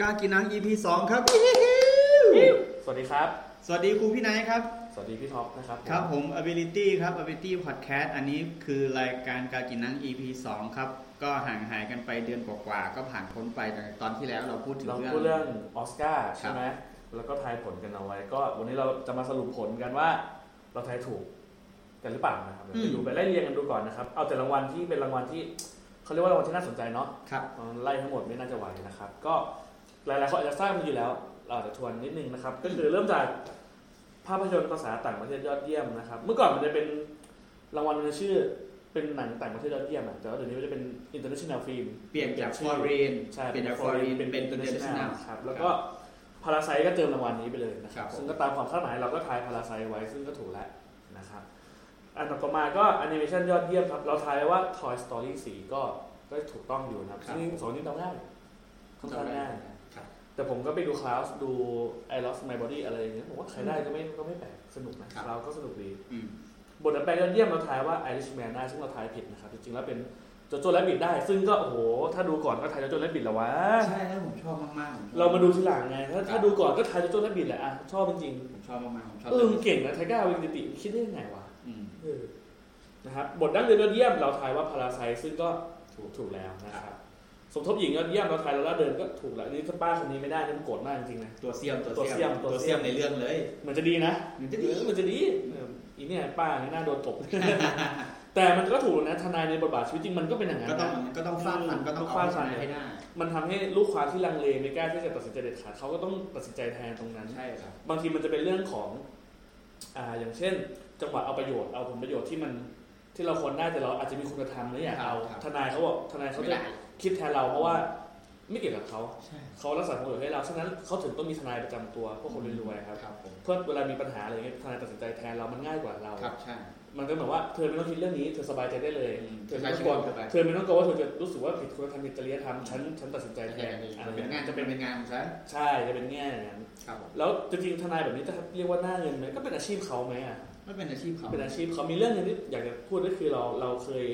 กล้ากินนัง EP สองครับ สวัสดีครับ สวัสดีครูพี่ไนท์ครับ สวัสดีพี่ท็อปนะครับ ครับผม Ability ครับ Ability Podcast อันนี้คือรายการการกินนัง EP สองครับ ก็ห่างหายกันไปเดือนกว่าๆก็ผ่านพ้นไปแต่ตอนที่แล้วเราพูดถึง เรา เรื่ พูด อ เรื่อง งออสการ์ใช่ไหมแล้วก็ทายผลกันเอาไว้ ก็วันนี้เราจะมาสรุปผลกันว่า เราทายถูกกันหรือเปล่านะครับเดี๋อืยวไปม ดูไปไล่เรียงกันดูก่อนนะครับ เอาแต่รางวัลที่เป็นรางวัลที่เขาเรียกว่ารางวัลที่น่าสนใจเนาะ ครับ เอาไล่ทั้งหมดไม่น่าจะไหวนะครับ ก็หลายๆคนอาจจะทราบมันอยู่แล้ว เราอาจจะทวนนิดนึงนะครับ ก็คือเริ่มจากภาพยนตร์ภาษาต่างประเทศยอดเยี่ยมนะครับ เมื่อก่อนมันจะเป็นรางวัลมันจะชื่อ เป็นหนังต่างประเทศยอดเยี่ยมอะแต่ว่าเดี๋ยวนี้มันจะเป็น international film เปลี่ยนจากฟอร์เรน ใช่ เปลี่ยนจากฟอร์เรนเป็น เด international ครับแล้วก็พาราไซก็เติมรางวัลนี้ไปเลยนะค ครั รับบ ผม ซึ่งก็ตามความคาดหมายเราก็ทายพาราไซไว้ซึ่งก็ถูกแล้วนะครับอันต่อมาก็แอนิเมชันยอดเยี่ยมครับ เราทายว่า Toy Story 4 ก็ก็ถูกต้องอยู่นะครับซึ่งสองนี้เดาง่ายค่อนข้างง่าย ครับ แต่ผมก็ไปดูคลาสดู I Lost My Body อะไรอย่างเงี้ยผมว่าใครได้ก็ไม่ก็ไม่แปลกสนุกนะเราก็สนุกดี อืม บทแปลยอดเยี่ยมเราทายว่าไอริชแมนได้ซึ่งเราทายผิดนะครับจริงๆแล้วเป็นโจโจ้และบิดได้ ซึ่งก็โอ้โหถ้าดูก่อนก็ทายโจโจ้และบิดแล้ววะ ใช่แล้วผมชอบมากๆผมชอบ เรามาดูทีหลังไง ถ้าถ้าดูก่อนก็ทายโจโจ้และบิดแหละอ่ะชอบจริง ผมชอบมากๆผมชอ ๆ บ เออเก่งนะไทก้าวินดิติคิดได้ยังไงวะ ม เออนะครับบทดั้งเดิมยอดเยี่ยมเราทายว่าพาราไซซึ่งก็ถูกถูกแล้วนะครับสมทบหญิงยอดเยี่ยมเราทายลาล่าเดินก็ถูกแล้วอันนี่ถ้าป้าคนนี้ไม่ได้นี่มันโกรธมากจริงๆนะ ตัวเสียม ตัวเสี้ยม ตัวเสียมในเรื่องเลย เหมือนจะดีนะ เหมือนจะดี เหมือนจะดีเอออีเนี่ยป้าเนี่ยน่าโดนตบ แต่มันก็ถูกนะทนายในบทบาทชีวิตจริงมันก็เป็นอย่างนั้น ก็ต้อง นะ ก็ต้องฟาดฟันก็ต้อง ต้อง เอา ฟาดชฟัน นะให้ได้ มันทำให้ลูกความที่ลังเลไม่กล้าที่จะตัดสินใจเด็ดขาดเขาก็ต้องตัดสินใจแทนตรงนั้น ใช่ครับ บางทีมันจะเป็นเรื่องของอ่าอย่างเช่น จังหวะเอาประโยชน์เอาผลประโยชน์ที่มันที่เราควรได้แต่เราอาจจะมีคุณธรรมหรืออยากเอา ครับ ทนายเขาบอกทนายเขา ไม่ จะ ได้ คิดแทนเราเพราะว่าไม่เกี่ยวกับเขา ใช่ เขารักษาผลประโยชน์ให้เราฉะนั้นเขาถึงต้องมีทนายประจำตัวพวกคนรวยๆครับ ครับผม เพื่อเวลามีปัญหาอะไรเงี้ยทนายตัดสินใจแทนเรามันง่ายกว่าเรา ครับใช่ มันก็เหมือนว่าเธอไม่ต้องคิดเรื่องนี้เธอสบายใจได้เลย อืม เธอไม่ต้องกลัว สบายใจ เธอไม่ต้องกลัวว่าเธอจะรู้สึกว่าผิดคุณธรรมผิดจริยธรรมฉันฉันตัดสินใจ แต่ แทนอะ จะ ไร เป็นงานแบบนั้น จะเป็นเป็นงานของฉัน ใช่จะเป็นแง่อย่างนั้น ครับผม แล้วจริงๆทนายแบบนี้จะเรียกว่าหน้าเงินไหมก็เป็นอาชีพเขาไหมอ่ะ ไม่เป็นอาชีพเขา เป็นอาชีพเขามีเรื่องหนึงที่อยากจะพูดก็คือเราเราเคย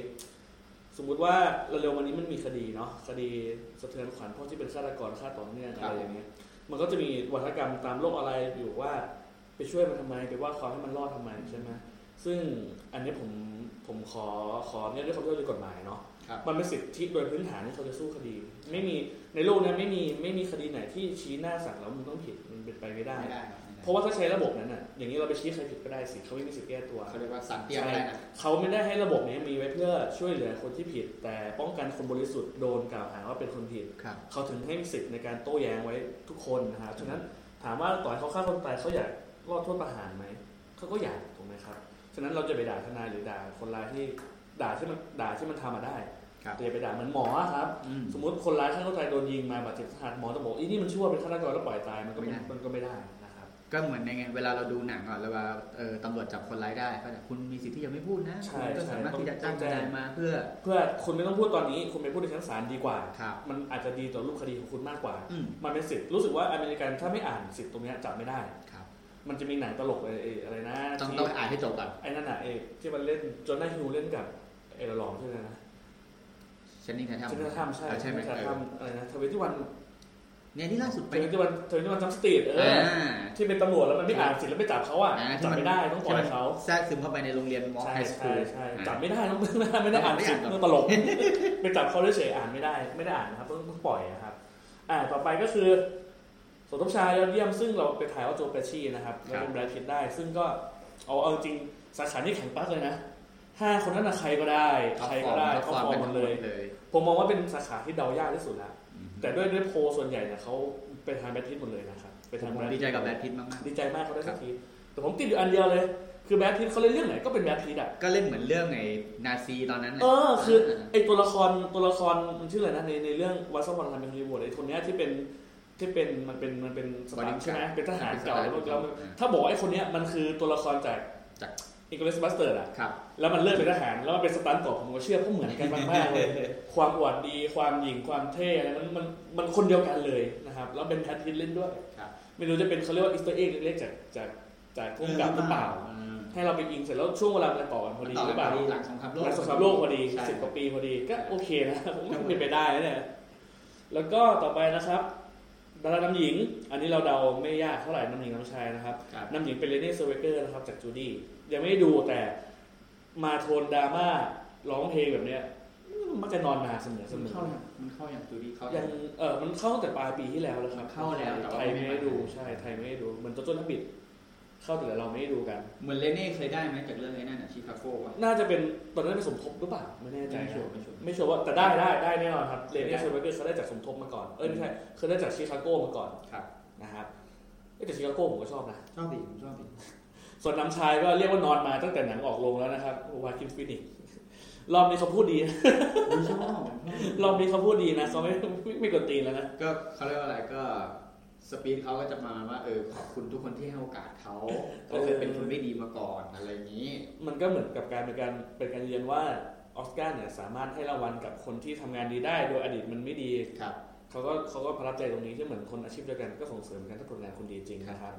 สมมุติว่าเร็วๆวันนี้มันมีคดีเนาะคดีสะเทือนขวัญพวกที่เป็นฆาตกรฆ่าต่อเนื่องอะไรอย่างเงี้ยมันก็จะมีวัฒกรรมตามโลกออนไลน์อยู่ว่าไปช่วยมันทำไมไปว่าความให้มันรอดทำไมใช่ไหมซึ่งอันนี้ผมผมขอขอเนี่ยด้วยความที่เราเรียนกฎหมายเนาะ ครับ มันเป็นสิทธิโดยพื้นฐานที่เขาจะสู้คดี ไม่มีในโลกเนี้ไม่มีไม่มีคดีไหนที่ชี้หน้าสั่งแล้วมึงต้องผิดมันเป็นไปไม่ได้ ไม่ได้ครับไม่ได้ เพราะว่าถ้าใช้ระบบนั้นอ่ะอย่างนี้เราไปชี้ใครผิดก็ได้สิเขาไม่มีสิทธิ์แก้ตัว เขาเรียกว่าสั่งเตรียมอะไรนะ เขาไม่ได้ให้ระบบนี้มีไว้เพื่อช่วยเหลือคนที่ผิด แต่ป้องกันคนบริสุทธิ์โดนกล่าวหาว่าเป็นคนผิด ครับ เขาถึงให้มีสิทธิ์ในการโต้แย้งไว้ทุกคนนะครับฉะนั้นถามว่าต่อให้เขาฆ่าคนตายเขาอยากรอดโทษประหารไหมเขาก็อยากถูกไหมครับฉะนั้นเราจะไปด่าทนายหรือด่าคนร้ายที่ด่าที่มันด่าที่มันทำมาได้ ครับ แต่อย่าไปด่าเหมันหมอครับ อืม สมมติคนร้ายฆ่าคนตายโดนยิงมาบาดเจ็บสาหัสหมอจะบอกอีนี่มันชั่วเป็นฆาตกรแล้วปล่อยตายมันก็ไม่ ไม่ได้ มันก็ไม่ได้นะครับ ก็เหมือนในไงเวลาเราดูหนังอ่ะเวลาเอ่อตำรวจจับคนร้ายได้ก็จะคุณมีสิทธิ์ที่จะไม่พูดนะคุณก็สามารถที่จะจ้างทนายมาเพื่อ เพื่อคุณไม่ต้องพูดตอนนี้คุณไปพูดในชั้นศาลดีกว่า ครับ มันอาจจะดีต่อรูปคดีของคุณมากกว่า อืม มันเป็นสิทธิ์รู้สึกว่าอเมริกันถ้าไม่อ่านสิทธิ์ตรงเนี้ยจับไม่ได้ ครับ มันจะมีหนังตลกอะไรอะไรนะ ต้อง ที่ ต้องอ่านให้จบก่อน ไอ้นั่นน่ะเอกที่มันเล่นจนได้ฮิวเล่นกับเอลลองใช่ไหมนะ ชันนิ่งแทนทำ ใช่ไหมทำใช่ อ่าใช่ไหม ใช่ เออ ทำอะไรนะทวิตที่วัน เนี่ยนี่ล่าสุด ท ไป วิตที่วันทวิตที่วันจัมสตีดเออ อ่า ที่เป็นตำรวจแล้วมันไม่อ่านสิทธิ์แล้วไม่จับเขาอ่ะ อ่าที่ จับ มัน ไม่ได้ต้องปล่อยเขา แทรกซึมเข้าไปในโรงเรียนมอ ใช่ ไฮสคู ใช่ ล ใช่จับไม่ได้ต้อง ไม่ได้อ่านสิทธิ์ ไม่อ่านหรอก เรื่องตลก ไปจับเขาเฉยๆอ่านไม่ได้ไม่ได้อ่านนะครับต้องต้องปล่อยนะครับ อ่าต่อไปก็คือสมทบชายยอดเยี่ยมซึ่งเราไปถ่ายว่าโจเปชีนะครับแล้วเป็นแบรดพิตได้ ซึ่งก็เอาเอาจริงสาขานี้แข่งปั๊กเลยนะห้าคนนั้นนะใครก็ได้ใครก็ได้ ท็อป เขา ฟอร์ม ฟอร์ม กัน หม ทั้งดหม เลย ดเลย ผมมองว่าเป็นสาขาที่เดายากที่สุดแล้ว อืม แต่ด้วยด้วยโพลส่วนใหญ่เนี่ยเขาไปทางแบทพิทหมดเลยนะครับไปทาง ผม แบท ดีใจกับแบทพิทมากๆ ดีใจมากเขาได้ ครั สั บ กทีแต่ผมติดอยู่อันเดียวเลย คือแบทพิทเขาเล่นเรื่องไหนก็เป็นแบทพิทอ่ะ ก็เล่นเหมือนเรื่องไอ้นาซีตอนนั้นน่ะ เออคือไอตัวละครตัวละครมันชื่ออะไรนะในในเรื่องวัตสันวันทำเป็นฮอลลีวูดไอคนเนี้ยที่เป็นที่เป็นมันเป็นมันเป็นสปาร์ใช่ไหมเป็นทหารเก่าแล้วมันแล้วมันถ้าบอกว่าไอคนเนี้ยมันคือตัวละครจาก จาก อิงลิสบัสเตอร์อ่ะ ครับ แล้วมันเลิกเป็นทหารแล้วมันเป็นสตันต์ก่อนผมก็เชื่อเพราะเหมือนกันมากๆเลย ความอวดดีความหญิงความเท่อะไรมันมันมันคนเดียวกันเลยนะครับแล้วเป็นแพทริสเล่นด้วย ครับ ไม่รู้จะเป็นเขาเรียกว่าอิสต์เอ็กเล็กๆจากจากจากพุ่มกับหรือเปล่า ให้เราไปยิงเสร็จแล้วช่วงเวลามันต่อกันพ มั อน ดี ต่อ ห กันรือเปล่า พอดีหลังสงครามโลก หลังสงครามโลกพอดี ใช่ สิบกว่าปีพอดีก็โอเคนะ ผมว่า ครับ เป็นไปได้นะเนี่ยแล้วก็ต่อไปนะครับแบ ดาราน้ำหญิง อันนี้เราเดาไม่ยากเท่าไหร่น้ำหญิงน้ำชายนะครับ ครับ น้ำหญิงเป็นเลเน่เซเวเกอร์นะครับจากจูดี้ยังไม่ได้ดูแต่มาโทนดราม่าร้องเพลงแบบเนี้ยมักจะนอนนาเสมอเส มัน มอ เข้ายังมันเข้าอย่างจูดี้เข้า ยั ยัง ง เออมันเข้าตั้งแต่ปลายปีที่แล้วแล้วครับ เข้าแล้วแต่ว่า ไทย ไม่ได้ไม่ได้ดูใช่ไทยไม่ได้ดูเหมือนตัวต้นนักบิด เข้าแต่เราไม่ได้ดูกัน เหมือนเลเน่เคยได้ไหมจากเรื่องไอ้นั่นน่ะชิคาโกวะ น่าจะเป็นตอนนั้นเป็นสมทบหรือเปล่าไม่แน่ใจ ไม่ชัวร์ นะ ไม่ชัวร์ ไม่ชัวร์ว่าแต่ได้ได้ได้แน่นอนครับเล ได้ เน่เซเวเกอร์เขาได้จากสมทบมาก่อนเอ้ยไม่ใช่เขาได้จากชิคาโกมาก่อน ครับ นะครับเอ้ยแต่ชิคาโกผมก็ชอบนะ ชอบดิผมชอบดิ ส่วนน้ำชายก็เรียกว่านอนมาตั้งแต่หนังออกโรงแล้วนะครับวาคินฟินิกซ์ รอบนี้เขาพูดดีนะ ผมชอบ รอบนี้เขาพูดดีนะเขาไม่ไม่ไม่กดตีนแล้วนะ ก็เขาเรียกว่าอะไรก็สปีดเขาก็จะประมาณว่าเออขอบคุณทุกคนที่ให้โอกาสเขาเขาเคยเป็นคนไม่ดีมาก่อนอะไรอย่างนี้ มันก็เหมือนกับการเป็นการเป็นการเรียนว่าออสการ์เนี่ยสามารถให้รางวัลกับคนที่ทำงานดีได้ โดยอดีตมันไม่ดี ครับ เขาก็เขาก็พรับใจตรงนี้ที่เหมือนคนอาชีพเดียวกันก็ส่งเสริมกันถ้าผลงานคุณดีจริงนะครับ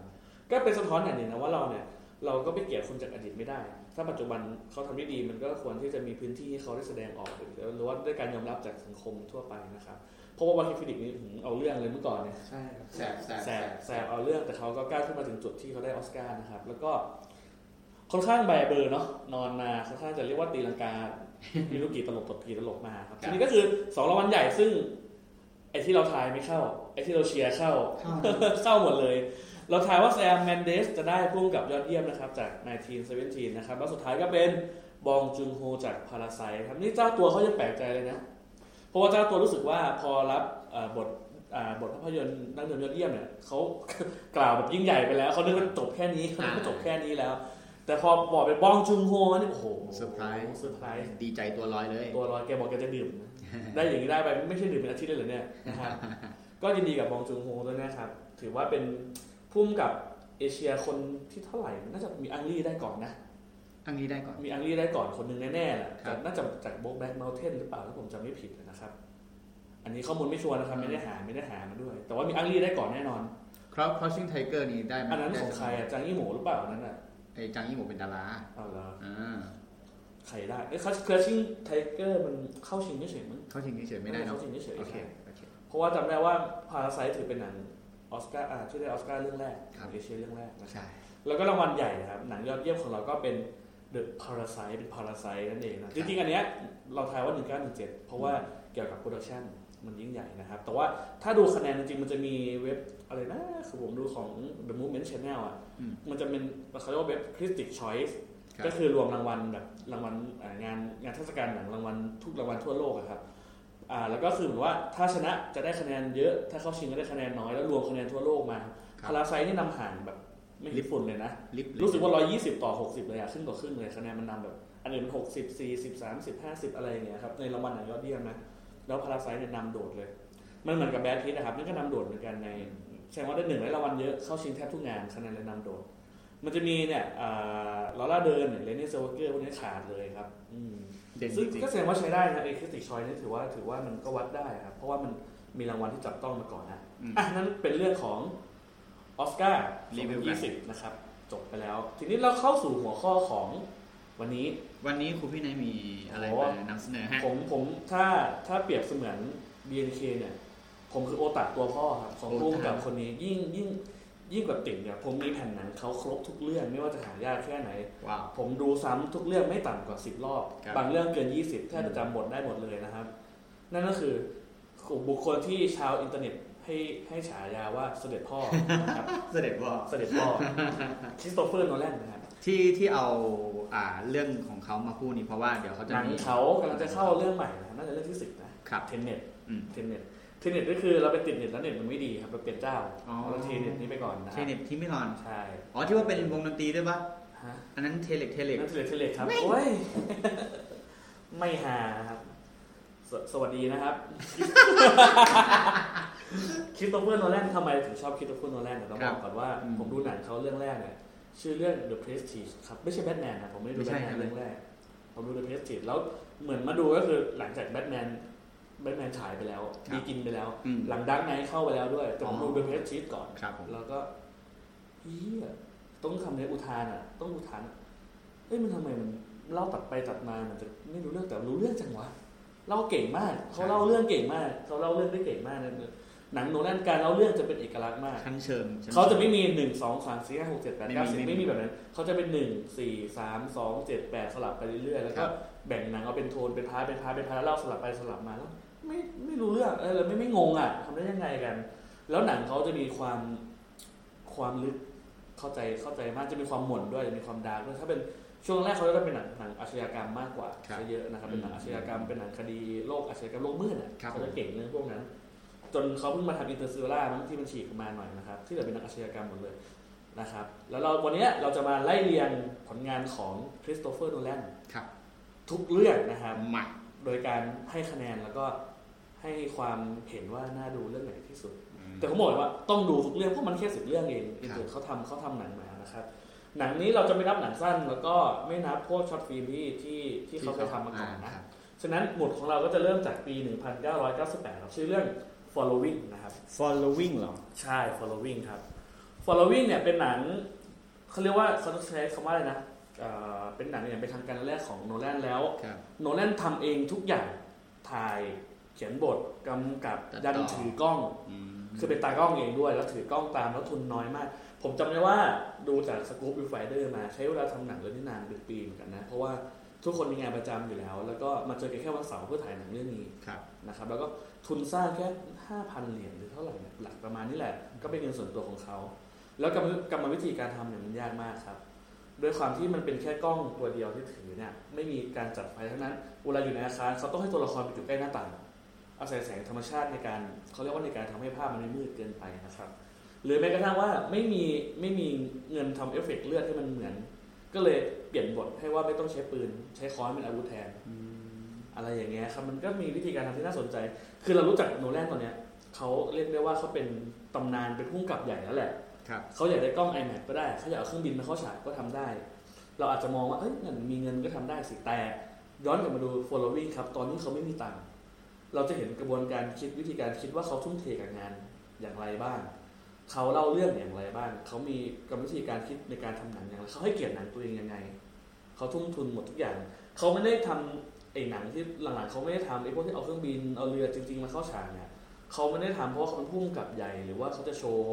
ก็เป็นสะท้อนอย่างหนึ่งนะว่าเราเนี่ยเราก็ไปเกลียดคนจากอดีตไม่ได้ ถ้าปัจจุบันเขาทำได้ดีมันก็ควรที่จะมีพื้นที่ให้เขาได้แสดงออกหรือหรือว่าได้การยอมรับจากสังคมทั่วไปนะครับเพราะว่าวาคินฟินิกซ์นี่หือเอาเรื่องเลยเมื่อก่อนเนี่ย ใช่ครับแสบแสบ แสบแสบเอาเรื่องแต่เขาก็ก้าวขึ้นมาถึงจุดที่เขาได้ออสการ์นะครับแล้วก็ค่อนข้างแบเบอร์เนาะนอนมาค่อนข้างจะเรียกว่าตีลังกา มีลูกกี่ตลบตบกี่ตลบมาครับทีนี้ก็คือสองรางวัลใหญ่ซึ่งไอ้ที่เราทายไม่เข้าไอ้ที่เราเชียร์เข้า เข้า เข้าหมดเลย เราทายว่าแซมแมนเดสจะได้พ่วงกับยอดเยี่ยมนะครับ จาก 1917 นะครับ แล้วสุดท้ายก็เป็นบองจุงโฮจากพาราไซครับ นี่เจ้าตัวเขายังแปลกใจเลยนะ เพราะว่าเจ้าตัวรู้สึกว่าพอรับเอ่อบทอ่าบทภาพยนตร์นักเรียนยอดเยี่ยมเนี่ยเขา กล่าวแบบยิ่งใหญ่ไปแล้วเขาคิดว่าจบแค่นี้เขาคิดว่าจบแค่นี้แล้ว แต่พอบอกเป็นบองจุงโฮนี่โอ้โห เซอร์ไพรส์ เซอร์ไพรส์ ดีใจตัวลอยเลย ตัวร้อนแกบอกแกจะ ดื่มนะ ได้อย่างนี้ได้ไปไม่ใช่ดื่มเป็นอาทิตย์เลยเหรอเนี่ยนะครับ ก็ยินดีกับบองจุงโฮด้วยนะครับ ถือว่าเป็นพุ่มกับเอเชียคนที่เท่าไหร่ น่าจะมีอังลี่ได้ก่อนนะ อังนี้ได้ก่อน มีอังลี่ได้ก่อนคนหนึ่งแน่ๆแหละ ครับ แต่น่าจะจากโบกแบ็กเมลเทนหรือเปล่าถ้าผมจำไม่ผิดนะครับ อันนี้ข้อมูลไม่ชัวร์นะครับไม่ได้หาไม่ได้หามาด้วย แต่ว่ามีอังลี่ได้ก่อนแน่นอน ครับ Crouching Tiger นี่ได้ไหม อันนั้น ได้ ของใครอะจางยี่หมูหรือเปล่าอันนั้นอ่ะ ไอ้จังยี่หมูเป็นดารา เอาละ อ่า ใครได้เอ้ยคัชคลัชชิงไทเกอร์มันเข้าชิงเฉยๆมั้ง เข้าชิงเฉยๆไม่ได้เนาะ เข้าชิงเฉยๆ โอเค ใช่ โอเค เพราะว่าจำได้ว่าพาราไซถือเป็นหนังออสการ์อ่าที่ได้ออสการ์เรื่องแรก ครับ เอเชียเรื่องแรกนะครับ ใช่ แล้วก็รางวัลใหญ่นะครับ หนังยอดเยี่ยมของเราก็เป็น The Parasite เป็น Parasite นั่นเองนะจริงๆ อันเนี้ยเราทายว่า 1917 เพราะว่าเกี่ยวกับโปรดักชันมันยิ่งใหญ่นะครับ แต่ว่าถ้าดูคะแนนจริงๆ มันจะมีเว็บอะไรนะคือผมดูของ The Movement Channel อ่ะ อืม มันจะเป็นเขาเรียกว่าเว็บ Critic Choice ครับ ก็คือรวมรางวัลแบบรางวัลอ่างานงานเทศกาลหนังรางวัลทุกรางวัลทั่วโลกอะครับอ่าแล้วก็คือเหมือนว่าถ้าชนะจะได้คะแนนเยอะ ถ้าเข้าชิงก็ได้คะแนนน้อยแล้วรวมคะแนนทั่วโลกมา ครับ พาราไซนี่นำห่างแบบไม่ลิฝุ่นเลยนะ ลิฟต์เลย รู้สึกว่า 120 ต่อ 60 เลยอะครึ่งต่อครึ่งเลยคะแนนมันนำแบบ อันอื่นมัน60 40 30 50 อะไรอย่างเงี้ยครับในรางวัลหนังยอดเยี่ยมนะแล้วพาราไซเนี่ยนำโดดเลย มันเหมือนกับแบทพิทนะครับนั่นก็นำโดดเหมือนกันใน แสดงว่าได้หนึ่งได้รางวัลเยอะเข้าชิงแทบทุกงานคะแนนเลยนำโดด มันจะมีเนี่ยลอร่าเดินเลนนี่เซอร์เกอร์พวกนี้ขาดเลยครับอืม เด่นจ ซึ่ง ริง ก็แสดงว่าใช้ได้นะไอ้คริติชอยนี่ถือว่าถือว่ามันก็วัดได้ครับเพราะว่ามันมีรางวัลที่จับต้องมาก่อนนะ ๆอืม อ่ะนั่นเป็นเรื่องของออสการ์ รีวิวกัน 2020 นะครับ จบไปแล้ว ทีนี้เราเข้าสู่หัวข้อของวันนี้ วันนี้ครูพี่นายมีอะไร โอ้ มานำเสนอฮะ ผมผมถ้าถ้าเปรียบเสมือน BNK เนี่ย ผมคือโอตาตัวพ่อครับ ของ โอตะ ร่วมกับคนนี้ยิ่งยิ่งยิ่งกว่าติ่งเนี่ย ผมมีแผ่นหนังเขาครบทุกเรื่องไม่ว่าจะหายากแค่ไหน ว้าว ผมดูซ้ำทุกเรื่องไม่ต่ำกว่า 10 รอบ ครับ บางเรื่องเกิน 20 แทบจะจำบทได้หมดเลยนะครับ นั่นก็คือกลุ่มบุคคลที่ชาวอินเทอร์เน็ตให้ให้ฉายาว่าเสด็จพ่อนะครับ เสด็จบอก เสด็จพ่ อ คริสโตเฟอร์โนแลนนะครับ ที่ที่เอาอ่าเรื่องของเขามาพูดนี่เพราะว่าเดี๋ยวเขาจะ หนัง มี เขากำลังจะเข้าเรื่องใหม่นะครับน่าจะเรื่องที่สิบนะครับ เทนเน็ต อืม เทนเน็ตเทนเน็ตก็คือเราไปติดเน็ตแล้วเน็ตมันไม่ดีครับเราเปลี่ยนเจ้า อ๋อ เราเทนเน็ตนี้ไปก่อนนะค เท รับ เน็ตที่ไม่รอน ใช่ อ๋อที่ว่าเป็นวงดนตรีด้วยปะ ฮะ อันนั้นเทเล็กเทเล็ก นั่นเทเล็กเทเล็กครับโอ้ย ไม่หานะครับสสวัสดีนะครับ คริสโตเฟอร์โนแลนทำไมถึงชอบคริสโตเฟอร์โนแลนเนี่ยต้องบอกก่อนว่า ครับอืม ผมดูหนังเขาเรื่องแรกเนี่ยชื่อเรื่อง The Prestige ครับไม่ใช่แบทแมนนะผมไม่ได้ดู ไม่ แบ ใช่ ทแมน ครับ เรื่องแรก ผมดู The Prestige แล้วเหมือนมาดูก็คือหลังจากแบทแมนแบทแมนฉายไปแล้ว ครับ บีกินไปแล้ว อืม หลังดักไนท์เข้าไปแล้วด้วยแต่ผม อ๋อ ดู The Prestige ก่อน ครับผม แล้วก็เฮียต้องคำนี้อุทานอ่ะ ต้องอุทานเอ้ยมันทำไมมันเล่าตัดไปตัดมามันจะไม่รู้เรื่องแต่รู้เรื่องจังวะเล่าเก่งมาก เขา ใช่ เล่าเรื่องเก่งมาก เขาเล่าเรื่องได้เก่งมากนะ หนังโนแลนการเล่าเรื่องจะเป็นเอกลักษณ์มาก ชั้นเชิงชั้นชิง เขาจะไม่มีหนึ่งสองสามสี่ห้าหกเจ็ดแปดเก้าสิบ ไม่มี ไม่มีแบบนั้น เขาจะเป็นหนึ่งสี่สามสองเจ็ดแปดสลับไปเรื่อยๆ แล้ว ค ก็ รับ แบ่งหนังเอาเป็นโทนเป็นพาร์ทเป็นพาร์ทเป็นพาร์ทแล้วเล่าสลับไปสลับมาแล้วไม่ไม่รู้เรื่องเออแล้วไม่ไม่งงอ่ะทำได้ยังไงกัน แล้วหนังเขาจะมีความความลึกเข้าใจเข้าใจมากจะมีความหม่นด้วยจะมีความดาร์กด้วยถ้าเป็นช่วงแรกเขาจะเป็นหนังหนังอาชญากรรมมากกว่า ครับ ซะเยอะนะครับเป็นหนังอาชญากรรมเป็นหนังคดีโลกอาชญากรรมโลกมืดอ่ะ ครับ เขาจะเก่งเรื่องพวกนั้น จนเขาเพิ่งมาทำอินเตอร์ซิล่ามั้งที่มันฉีกออกมาหน่อยนะครับที่เหลือเป็นนักอาชญากรรมหมดเลยนะครับ แล้วเราวันเนี้ยเราจะมาไล่เรียงผลงานของคริสโตเฟอร์โนแลน ครับ ทุกเรื่องนะครับ หมัก โดยการให้คะแนนแล้วก็ให้ความเห็นว่าน่าดูเรื่องไหนที่สุด อืม แต่ผมบอกเลยว่าต้องดูทุกเรื่องเพราะมันแค่สิบเรื่องเอง ครับ เดี๋ยวเขาทำเขาทำหนังมานะครับ หนังนี้เราจะไม่นับหนังสั้น แล้วก็ไม่นับพวกช็อตฟิล์มที่ที่ที่เขาเคยทำมาก่อนนะ ครับ ฉะนั้นหมวดของเราก็จะเริ่มจากปี 1998ครับชื่อเรื่อง following นะครับ following เหรอ ใช่ following ครับ following เนี่ยเป็นหนังเขาเรียกว่าเขาใช้คำว่าอะไรนะเอ่อเป็นหนังอย่างเป็นทางการแรกของโนแลนแล้ว ครับ โนแลนทำเองทุกอย่างถ่ายเขียนบทกำกับ ตัดต่อ ยันถือกล้อง อืม คือเป็นตากล้องเองด้วย แล้วถือกล้องตามแล้วทุนน้อยมาก ผมจำได้ว่าดูจากสกู๊ปวิวไฟเดอร์มาใช้เวลาทำหนังเรื่องนี้นานเป็นปีเหมือนกันนะ เพราะว่าทุกคนมีงานประจำอยู่แล้ว แล้วก็มาเจอกันแค่วันเสาร์เพื่อถ่ายหนังเรื่องนี้ ครับ นะครับ แล้วก็ทุนสร้างแค่ 5,000 เหรียญหรือเท่าไหร่เนี่ยหลักประมาณนี้แหละ ก็เป็นเงินส่วนตัวของเขา แล้วกรรมกรรมวิธีการทำเนี่ยมันยากมากครับด้วยความที่มันเป็นแค่กล้องตัวเดียวที่ถือเนี่ยไม่มีการจัดไฟทั้งนั้นเวลาอยู่ในอาคารเขาต้องให้ตัวละครไปอยู่ใกล้หน้าต่าง อาศัยแสงธรรมชาติในการเขาเรียกว่าในการทำให้ภาพมันไม่มืดเกินไปนะครับ หรือแม้กระทั่งว่าไม่มีไม่มีเงินทำเอฟเฟกต์เลือดให้มันเหมือน ก็เลยเปลี่ยนบทให้ว่าไม่ต้องใช้ปืน ใช้ค้อนเป็นอาวุธแทน อืม อะไรอย่างเงี้ยครับมันก็มีวิธีการทำที่น่าสนใจ คือเรารู้จักโนแลนตอนเนี้ยเขาเรียกได้ว่าเขาเป็นตำนานเป็นผู้กำกับใหญ่แล้วแหละ ครับ เขาอยากได้กล้อง iMac ก็ได้เขาอยากเอาเครื่องบินมาเข้าฉากก็ทำได้ เราอาจจะมองว่าเอ้ยเงินมีเงินก็ทำได้สิแต่ย้อนกลับมาดู following ครับตอนนี้เขาไม่มีตังค์เราจะเห็นกระบวนการคิดวิธีการคิดว่าเขาทุ่มเทกับงานอย่างไรบ้างเขาเล่าเรื่องอย่างไรบ้างเขามีกรรมวิธีการคิดในการทำหนังอย่างไรเขาให้เกียรติหนังตัวเองยังไงเขาทุ่มทุนหมดทุกอย่างเขาไม่ได้ทำ ไอ้หนังที่หลังๆเขาไม่ได้ทำไอ้พวกที่เอาเครื่องบินเอาเรือจริงๆมาเข้าฉากเนี่ยเขาไม่ได้ทำเพราะว่าเขาเป็นผู้กำกับใหญ่หรือว่าเขาจะโชว์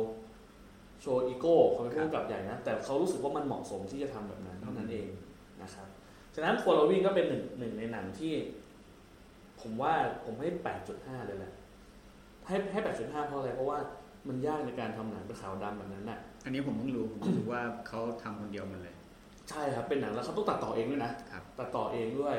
โชว์อีโก้เขาเป็นผู้กำกับใหญ่นะแต่เขารู้สึกว่ามันเหมาะสมที่จะทำแบบนั้นเท่านั้นเองนะครับฉะนั้น following ก็เป็นหนึ่งหนึ่งในหนังที่ ผมว่าผมให้ 8.5 เลยแหละให้ให้ 8.5 เพราะอะไรเพราะว่ามันยากในการทำหนังเป็นขาวดำแบบนั้นน่ะ อันนี้ผมเพิ่งรู้ ผมรู้ว่าเขาทำคนเดียวหมันเลย ใช่ครับเป็นหนังแล้วเขาต้องตัดต่อเองด้วยนะ ครับ ตัดต่อเองด้วย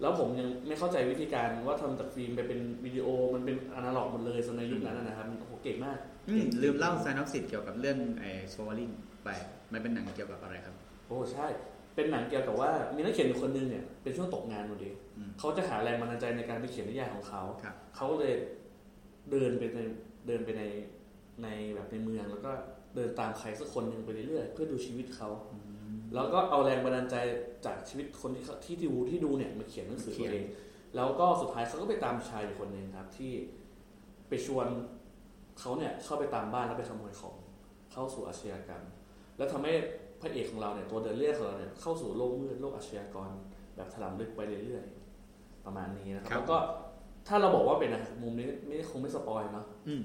แล้วผมยังไม่เข้าใจวิธีการว่าทำจากฟิล์มไปเป็นวิดีโอมันเป็นอนาล็อกหมดเลยสมัยยุคนั้นนะนะครับมันโอ้โหเก่งมาก อืมลืมเล่าไซนอปสิตเกี่ยวกับเรื่องไอ้โชวารินไป มันเป็นหนังเกี่ยวกับอะไรครับ โอ้ใช่ เป็นหนังเกี่ยวกับว่ามีนักเขียนอยู่คนหนึงเนี่ยเป็นช่วงตกงานพอดี อืม เขาจะหาแรงบันดาลใจในการไปเขียนนิยายของเขา ครับ เขาก็เลยเดินไปในเดินไปในในแบบในเมืองแล้วก็เดินตามใครสักคนหนึ่งไปเรื่อยๆเพื่อดูชีวิตเขา อืม แล้วก็เอาแรงบันดาลใจจากชีวิตคนที่เขาที่ดูที่ดูเนี่ยมาเขียนหนังสือ เขี ตั ยน วเอง แล้วก็สุดท้ายเขาก็ไปตามชายอยู่คนหนึ่งครับ ที่ไปชวนเขาเนี่ยเข้าไปตามบ้านแล้วไปขโมยของเข้าสู่อาชญากรรม แล้วทำให้พระเอกของเราเนี่ยตัวเดินเรื่องของเราเนี่ยเข้าสู่โลกมืดโลกอาชญากร แบบถลำลึกไปเรื่อยๆประมาณนี้นะค ครั รับ บแล้วก็ถ้าเราบอกว่าเป็นนะมุมนี้ไม่คงไม่สปอยเนาะ อืม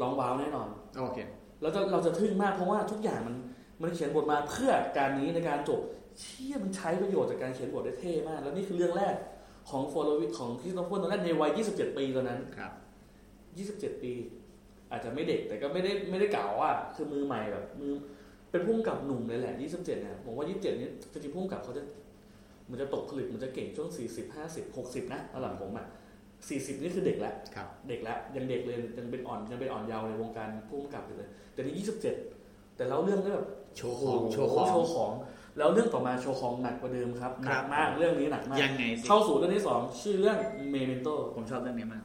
ลองว้าวแน่นอน โอเค เราจะเราจะทึ่งมากเพราะว่าทุกอย่างมันมันเขียนบทมาเพื่อการนี้ในการจบเชี่ยมันใช้ประโยชน์จากการเขียนบทได้เท่มาก แล้วนี่คือเรื่องแรกของโฟลวิของคริสโตเฟอร์โนแลนในวัย 27 ปีตอนนั้น ครับ 27 ปี อาจจะไม่เด็กแต่ก็ไม่ได้ไม่ได้เก่าอ่ะคือมือใหม่แบบมือเป็นพุ่มกับหนุ่มเลยแหละ 27เนี่ยผมว่า 27เนี่ยจริงๆพุ่มกับเขาจะมันจะตกผลึกมันจะเก่งช่วง 40 50 60 นะหลังผมอ่ะ 40 นี่คือเด็กแล้ว ครับ เด็กแล้วยังเด็กเลยยังเป็นอ่อนยังเป็นอ่อนเยาว์ในวงการผู้กำกับอยู่เลย แต่นี่ยี่สิบเจ็ดแต่เล่าเรื่องได้แบบ โชว์ของโชว์ขอ โช ง ว์ของ แล้วเรื่องต่อมาโชว์ของหนักกว่าเดิมครับห ครั นั บ กมากเรื่องนี้หนักมาก ยังไงสิ เข้าสู่เรื่องที่สองชื่อเรื่องเมเมนโต ผมชอบเรื่องนี้มาก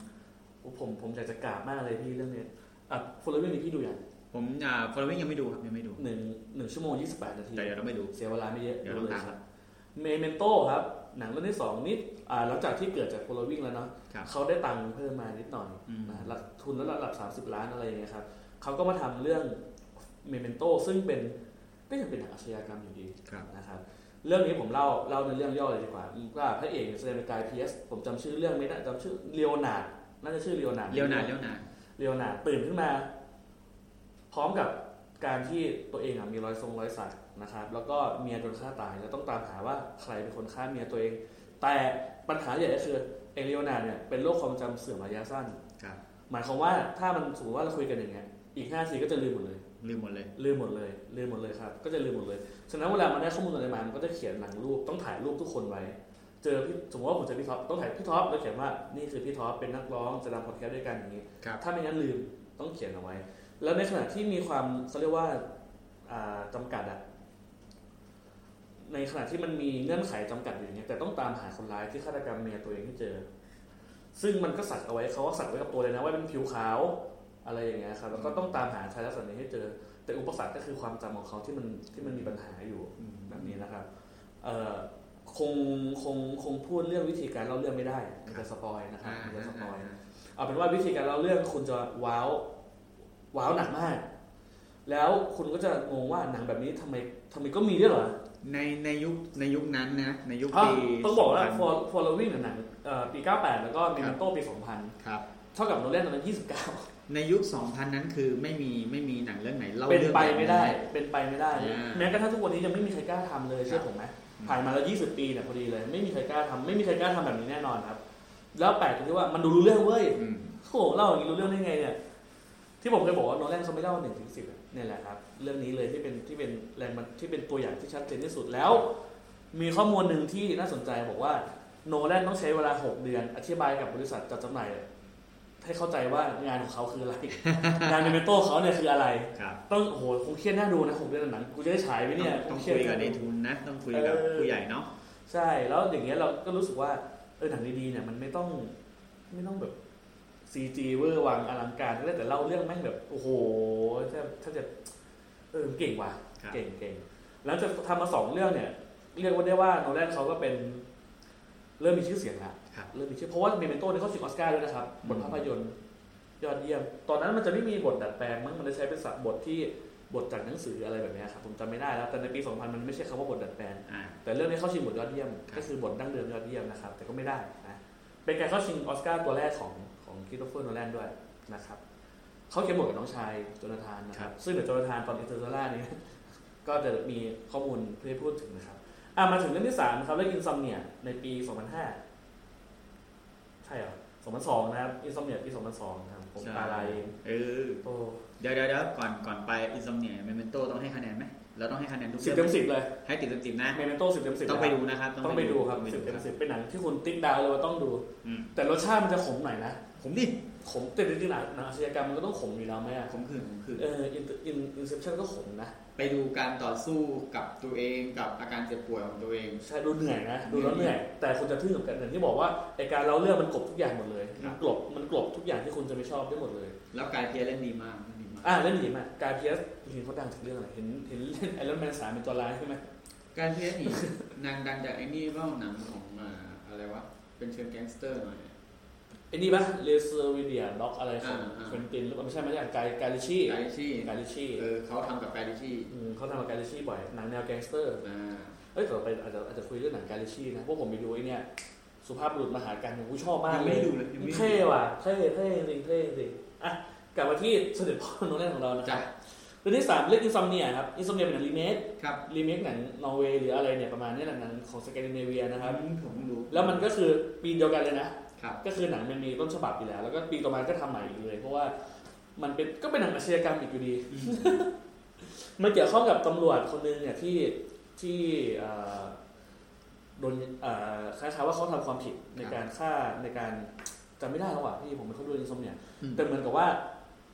ผมผมอยากจะกราบมากเลยพี่เรื่องนี้อ่ะฟลเรื่องนี้พี่ดูอย่าง ผมอ่า following ยังไม่ดูครับยังไม่ดู หนึ่งหนึ่งชั่วโมงยี่สิบแปดนาที แต่เดี๋ยวเราไม่ดู เสียเวลาไม่เยอะ เดี๋ยวต้องตาม ครับเมเมนโตครับ หนังเรื่องที่สองนี่อ่าหลังจากที่เกิดจากโพลวิ่งแล้วเนาะ ครับ เขาได้ตังค์เพิ่มมานิดหน่อย อืม นะหลักทุนแล้วหลักสามสิบล้านอะไรอย่างเงี้ยครับเขาก็มาทำเรื่องเมเมนโตซึ่งเป็นก็ยังเป็นหนังอาชญากรรมอยู่ดี ครับ นะครับเรื่องนี้ผมเล่าเล่าในเรื่องย่อเลยดีกว่าว่าพระเอกเนี่ยแสดงเป็นกายเพียสผมจำชื่อเรื่องไม่ได้จำชื่อเลโอนาร์ดน่าจะชื่อเลโอนาร์ด เลี้ยวนานเลี้ยวนาน เล เลโอนาร์ดตื่นขึ้นมา พร้อมกับการที่ตัวเองอะมีรอยทรงรอยสักนะครับ แล้วก็เมียโดนฆ่าตายแล้วต้องตามหาว่าใครเป็นคนฆ่าเมียตัวเอง แต่ปัญหาใหญ่ก็คือเอเลโอนาร์ดเนี่ยเป็นโรคความจำเสื่อมระยะสั้น ครับ หมายความว่าถ้ามันสมมติว่าเราคุยกันอย่างเงี้ยอีกห้าทีก็จะลืมหมดเลย ลืมหมดเลย ลืมหมดเลยลืมหมดเลยครับ ก็จะลืมหมดเลย ฉะนั้นเวลามันได้ข้อมูลอะไรมา มันก็จะเขียนหลังรูปต้องถ่ายรูปทุกคนไว้ เจอพี่สมมติว่าผมเจอพี่ท็อปต้องถ่ายพี่ท็อปแล้วเขียนว่านี่คือพี่ท็อปเป็นนักร้องจะทำพอดแคสต์ด้วยกันอย่างนี้ ครับ ถ้าไม่งั้นลืมต้องเขียนเอาไว้ แล้วในขณะที่มีความเขาเรียกว่าอ่าจำกัดอะในขณะที่มันมีเงื่อนไขจำกัดอยู่อย่างเงี้ยแต่ต้องตามหาคนร้ายที่ฆาตกรรมเมียตัวเองที่เจอ ซึ่งมันก็สักเอาไว้เขาก็สักไว้กับตัวเลยนะว่าเป็นผิวขาวอะไรอย่างเงี้ยครับแล้วก็ต้องตามหาชายลักษณะนี้ให้เจอ แต่อุปสรรคก็คือความจำของเขาที่มันที่มันมีปัญหาอยู่ อืม แบบนี้นะครับ เอ่อคงคงคงพูดเรื่องวิธีการเล่าเรื่องไม่ได้ มันจะสปอยนะครับ อ่า มันจะสปอยเอาเป็นว่าวิธีการเล่าเรื่องคุณจะว้าวว้าวหนักมาก แล้วคุณก็จะงงว่าหนังแบบนี้ทำไมทำไมก็มีด้วยเหรอ ในในยุคในยุคนั้นนะ ในยุค อ้าว ปี ต้องบอกว่า 2000 for following หนังเอ่อปี 98 แล้วก็ m ม m นโตปี ครับ 2000 เท่ากับโนแลนตอนนั้น ในยุค 2000 นั้นคือไม่มีไม่มีหนังเรื่องไหนเล่า 29 เป็น เรื่อง ไปไม่ได้ แบบนี้ เป็นไปไม่ได้ อ่า แม้กระทั่งทุกวันนี้ยังไม่มีใครกล้าทำเลยเชื่คอรับ ผมไหม อืม ผ่านมาแล้ว 20 ปีเนี่ยพอดีเลย ไม่มีใครกล้าทำไม่มีใครกล้าทำแบบนี้แน่นอนครับ แล้วแปลกตรงที่ว่ามันดูรู้เรื่องเว้ย อืม โอ้โหเล่าอย่างนี้รู้เรื่องได้ไงเนี่ยที่ผมเคยบอกว่าโนแลนเขาไม่เล่าหนึ่งถึงสิบเนี่ยแหละครับ เรื่องนี้เลยที่เป็นที่เป็นแรงมันที่เป็นตัวอย่างที่ชัดเจนที่สุดแล้ว มีข้อมูลหนึ่งที่น่าสนใจบอกว่าโนแลนต้องใช้เวลาหกเดือน อธิบายกับบริษัทจัดจำหน่ายให้เข้าใจว่างานของเขาคืออะไร งานเมเมโต้เขาเนี่ยคืออะไร ครับ ต้องโอ้โหคงเครียดหน้าดูนะหกเดือนหนังกูจะได้ฉายไหมเนี่ย ต้องต้อง เครี คุ ด ยกับในทุนนะ ต้องคุยกับ เออ ผู้ใหญ่เนาะ ใช่แล้วอย่างเงี้ยเราก็รู้สึกว่าเออหนังดีๆเนี่ยมันไม่ต้องไม่ต้องแบบซีจีเวอร์วังอลังการก็ได้แต่เล่าเรื่องแม่งแบบโอ้โหถ้าถ้าจะเออเก่งว่ะ ครับ เก่งเก่งแล้วจะทำมาสองเรื่องเนี่ย เรียกว่าได้ว่าโนแลนเขาก็เป็นเริ่มมีชื่อเสียงละ ครับ เริ่มมีชื่อเพราะว่าเมเมนโต้เนี่ยเขาสิบออสการ์ด้วยนะครับ อืม บทภาพยนตร์ยอดเยี่ยม ตอนนั้นมันจะไม่มีบทดัดแปลงมั้งมันจะใช้เป็นสับบทที่บทจากหนังสืออะไรแบบเนี้ยครับผมจำไม่ได้แล้วแต่ในปี 2000 มันไม่ใช่คำว่าบทดัดแปลง อ่า แต่เรื่องนี้เข้าชิงบทยอดเยี่ยม ครับ ก็คือบทดั้งเดิมยอดเยี่ยมนะครับ แต่ก็ไม่ได้นะเป็นการเข้าชิงออสการ์ตัวแรกของของคริสโตเฟอร์โนแลนด้วยนะครับเขาเขียนบทกับน้องชายโจนาธานนะครับ ซึ่งเดี๋ยวโจนาธานตอนอินเตอร์เซล่าเนี่ย ก็จะมีข้อมูลเพื่อให้พูดถึงนะครับอ่ะมาถึงเรื่องที่สามนะครับเรื่องอินซัมเนียในปี 2005 ใช่เหรอ2002 นะครับอินซัมเนียปี 2002นะครับผมตาลายเอง เออ โอ้ เดี๋ยวเดี๋ยวเดี๋ยวก่อนก่อนไปอินซอมเนียเมเมนโตต้องให้คะแนนไหมเราต้องให้คะแนนทุก สิบ เรื่ เต็ อง มสิบเลย ให้ติดเต็มสิบนะ เมเมนโต้สิบเต็มสิบ ต้องไปดูนะครับ ต้องไปดูครับ ต้องไป สิ ดู บเต็ม ครับ สิบเป็นหนังที่คุณติ๊กดาวเลยว่าต้องดู อืม แต่รสชาติมันจะขมหน่อยนะ ผมดิ ขมแต่จริงๆหนังหนังอาชญากรรมมันก็ต้องขมอยู่แล้วไหมอ่ะ ผมคือผมคือ เอออินอินอินเซปชั่นก็ขมนะ ไปดูการต่อสู้กับตัวเองกับอาการเจ็บป่วยของตัวเอง ใช่ดูเหนื่อยนะ ดูแล้ว เห เห นื่อนื่อยย แต่คุณจะทึ่งกับกันอย่างที่บอกว่าไอการเล่าเรื่องมันกลบทุกอย่างหมดเลย ครั มั บ นกลบมันกลบทุกอย่างที่คุณจะไม่ชอบได้หมดเลย แล้วกายเพียเล่นดีมากเล่นดีมาก อ่ะแล้วหนีมาการเพียสเห็นเขาดังถึงเรื่องอะไร เห็นเห็นเล่นไอรอนแมนสามเป็นตัวร้ายใช่ไหม การเพียนี่ นางดังจากไอ้นี่บ้าหนังของอ่าอะไรวะ เป็นเชิงแก๊งสเตอร์หน่อย ไอ้นี่ปะเลเซอร์วิเดียด็อกอะไรของ อ่าอ่า เควินตินหรือเปล่าไม่ใช่ไม่ใช่กายกายลิชี่ กายลิชี่ กายลิชี่ เออเขาทำกับกายลิชี่ อืมเขาทำกับกายลิชี่บ่อยหนังแนวแก๊งสเตอร์ อ่า เอ้ยต่อไปอาจจะอาจจะคุยเรื่องหนังกาลิชี่นะเพราะผมไปดูไอ้เนี่ย สุภาพบุรุษมหาการผมชอบมาก ยัง เล ไม่ ย ดูเลยยังไม่ เท่ว่ะเท่เท่จริงเท่จริงอ่ะกลับมาที่เสด็จพ่อโนแลนของเรานะคจ้ะรับเรื่องที่สามเรื่องอินซัมเนียครับอินซัมเนียเป็นหนังรีเมค ครับ รีเมคหนังนอร์เวย์หรืออะไรเนี่ยประมาณเนี้แหละหนังของสแกนดิเนเวียนะครับ อืมผมดู แล้วมันก็คือปีเดียวกันเลยนะ ครับ ก็คือหนังมันมีต้นฉบับอยู่แล้ว แล้วก็ปีต่อมาก็ทำใหม่อีกเลย เพราะว่ามันเป็นก็เป็นหนังอาชญากรรมอีกอยู่ดี มันเกี่ยวข้องกับตำรวจคนหนึงเนี่ยที่ที่เอ่อโดนเอ่อคล้ายๆว่าเขาทำความผิดในการฆ่าในการจำไม่ได้แล้วอ่ะพี่ผมเป็นคนดูยินสมเนี่ย อืม แต่เหมือนกับว่า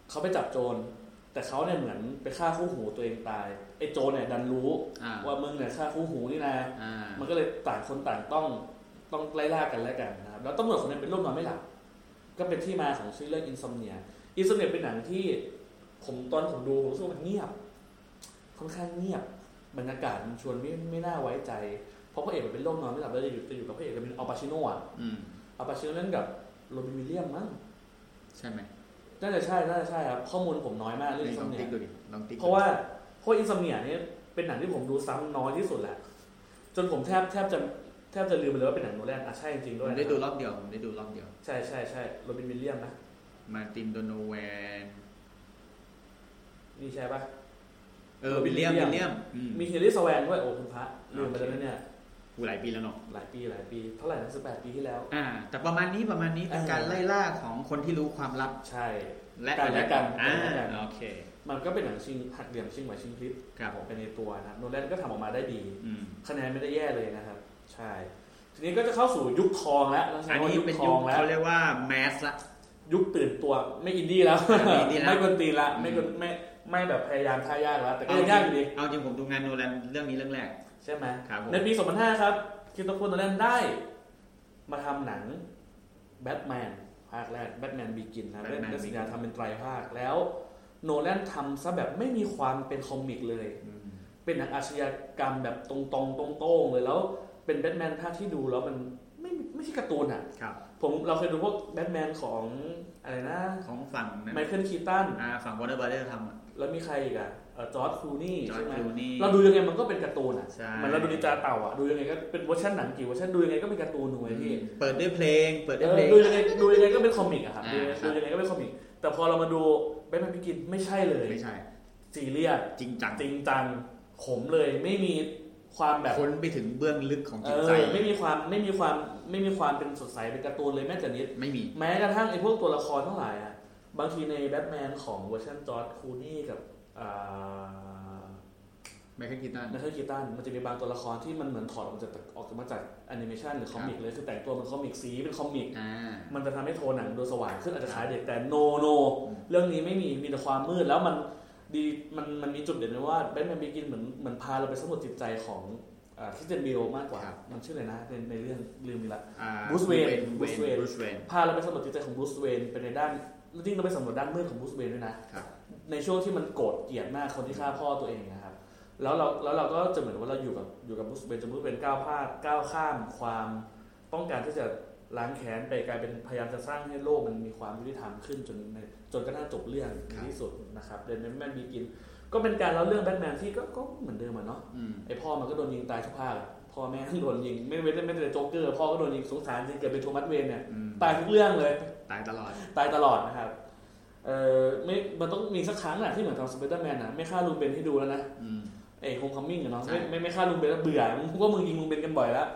เขาไปจับโจร แต่เขาเนี่ยเหมือนไปฆ่าคู่หูตัวเองตายไอ้โจรเนี่ยดันรู้ อ่า ว่ามึงเนี่ยฆ่าคู่หูนี่นะ อ่า มันก็เลยต่างคนต่างต้องต้องไล่ล่ากันและกันนะครับแล้วตำรวจคนนี้เป็นโรคนอนไม่หลับก็เป็นที่มาของชื่อเรื่องอินซ m มเนียอินซ m มเนียเป็นหนังที่ผมตอนผมดูผมรู้สึกว่ามันเงียบ ค่อนข้างเงียบบรรยากาศมันชวนไม่ไม่น่าไว้ใจ เพราะพระเอกมันเป็นโรคนอนไม่หลับแล้วจะอยู่จะอยู่กับพระเอกจะเป็นอัลปาชิโน่อะ อืม อัลปาชิโน่เล่นกับโรบินวิลเลียมมั้ง ใช่ไหม น่าจะใช่น่าจะใช่ครับข้อมูลผมน้อยมากเรื่องอิน ล ซ อ m ง มเนี ติ๊ ย กดูดิลองติ๊ก เพราะว่าเพราะอินซัมเนียเนี่ยเป็นหนังที่ผมดูซ้ำน้อยที่สุดแหละ จนผมแทบแทบจะแทบจะลืมไปเลยว่าเป็นหนังโนแลนอ่ะใช่จริงผๆด้วย ม นะ ได้ดูรอบเดียวผมได้ดูรอบเดียว ใช่ใช่ใช่โรบินวิลเลียมนะ มาร์ตินโดโนแวน นี่ใช่ปะ เออวิลเลียม วิ วิ ล ล เลี เลี ย ย ม มอืม มีเฮลิสแวนด้วยโอ้คุณพระลืมไปแล้วนะเนี่ย กูหลายปีแล้วเนาะ หลายปีหลายปี เท่าไหร่นะสิบแปดปีที่แล้ว อ่า แต่ประมาณนี้ประมาณนี้เป็น เออ การไล่ล่าของคนที่รู้ความลับ ใช่ และ กันและกัน อ่า และกัน โอเค มันก็เป็นหนังชิงหักเหลี่ยมชิงไหวชิงพลิบ ครับผ ออก ม ไปในตัวนะครับโนแลนก็ทำออกมาได้ดี อืม คะแนนไม่ได้แย่เลยนะครับ ใช่ ทีนี้ก็จะเข้าสู่ยุคทองแล้วต้องใช้ อัน คำว่า นี้ ยุค เป็น ท ยุ อ ค งแล้ว เขาเรียกว่าแมสละ ยุคตื่นตัวไม่อินดี้แล้ว ไม่อินดี้แล้ว ไม่กวนตีนละไม่กวนไม่ไม่แบบพยายามท่ายากแล้ว แต่ก็ยังยากอยู่ดี เอาจริงผมดูงานโนแลนเรื่องนี้เรื่องแรก ใช่ไหม ครับผม ในปี 2005 ครับคินโตคุณโนแลนได้ มาทำหนังแบทแมนภาคแรกแบทแมนบีกินนะ Batman ได้ได้สัญญา Begin ทำเป็นไตรภาคแล้ว โนแลนทำซะแบบไม่มีความเป็นคอมิกเลย อืม เป็นหนังอาชญากรรมแบบตรงๆตรงๆเลยแล้ว เป็นแบทแมนภาคที่ดูแล้วมันไม่ไม่ใช่การ์ตูนอ่ะ ครับ ผมเราเคยดูพวกแบทแมนของอะไรนะ ของฝั่งนั้น ไมเคิลคีตัน อ่าฝั่งวอร์เนอร์บาร์เดอร์ทำอะ แล้วมีใครอีกอ่ะจอร์ดครูนี่ จอร์ ใช่ จ ไหม คลูนี่ เราดูยังไงมันก็เป็นการ์ตูนอ่ะ ใช่ มันเราดูนินจาเต่าอ่ะดูยังไงก็เป็นเวอร์ชันหนังกี่เวอร์ชันดูยังไงก็เป็นการ์ตูนหน่วยพี่ เปิดด้วยเพลง เปิด เอ ด้วย อ เพลง ดูยังไงดูยังไงก็เป็นคอมิกอะครับ อ่า ดูยังไง ครับ ดูยังไงก็เป็นคอมิกแต่พอเรามาดูแบทแมนพิกินไม่ใช่เลย ไม่ใช่ ซีเรียส จริงจัง จริงจังขมเลยไม่มีความแบบ ค้นไปถึงเบื้องลึกของ เอ จิต อ ใจ ไม่มีความไม่มีความไม่มีความเป็นสดใสเป็นการ์ตูนเลยแม้แต่นิด ไม่มี แม้กระทั่งไอ้พวกตัวละครทั้งหลายอ่ะ บางทีในแบทแมนของเวอร์ชันจอร์ดคูนี่กับอ่า ไม่ใช่กีตาร์ นักเรียนกีตันมันจะมีบางตัวละครที่มันเหมือนถอดออกจากออกมาจากแอนิเมชันหรือคอมิกเลยคือแต่งตัวเป็นคอมิกสีเป็นคอมิก อ่า มันจะทำให้โทนหนังดูสว่างขึ้นอาจจะขายเด็กแต่โนโน อืม เรื่องนี้ไม่มีมีแต่ความมืดแล้วมันดีมันมันมีจุดเด่นเลยว่าแบทแมนบิกินเหมือนเหมือนพาเราไปสำรวจจิตใจของคริสเตียนเบลมากกว่า มันชื่ออะไรนะในในเรื่องลืมไปละ อ่า Bruce Wayne Bruce Bruce Wayne Wayne Bruce Wayne พาเราไปสำรวจจิตใจของบรูซเวนไปในด้านจริงๆเราไปสำรวจด้านมืดของบรูซเวนด้วยนะ ครับ ในช่วงที่มันโกรธเกลียดมากคนที่ฆ่าพ่อตัวเองนะครับ แล้วเราแล้วเราก็จะเหมือนว่าเราอยู่กับอยู่กับบรูซเวนจนบรูซเวนก้าวพลาดก้าวข้ามความต้องการที่จะล้างแค้นไปกลายเป็นพยายามจะสร้างให้โลกมันมีความยุติธรรมขึ้นจนในจนกระทั่งจบเรื่องใน ครับ ที่สุดนะครับเดนแบทแมนบีกิน ก็เป็นการเล่าเรื่องแบทแมนที่ก็ก็เหมือนเดิมอะเนาะ อืม ไอพ่อมันก็โดนยิงตายทุกภาคอะพ่อแม่ก็โดนยิงไม่เว้นไม่แต่โจ๊กเกอร์พ่อก็โดนยิงสงสารจริงเกิดเป็นโทมัสเวนเนี่ย อืม ตายทุกเรื่องเลย ตายตลอด ตายตลอดนะครับเออไม่มันต้องมีสักครั้งแหละที่เหมือนทำสไปเดอร์แมนนะไม่ฆ่าลุงเบนให้ดูแล้วนะ อืม เอโฮมคัมมิ่งอะเนาะ ใช่ ไม่ไม่ไม่ฆ่าลุงเบนแล้วเบื่อมึงว่ามึงยิงลุงเบนกันบ่อยแล้ว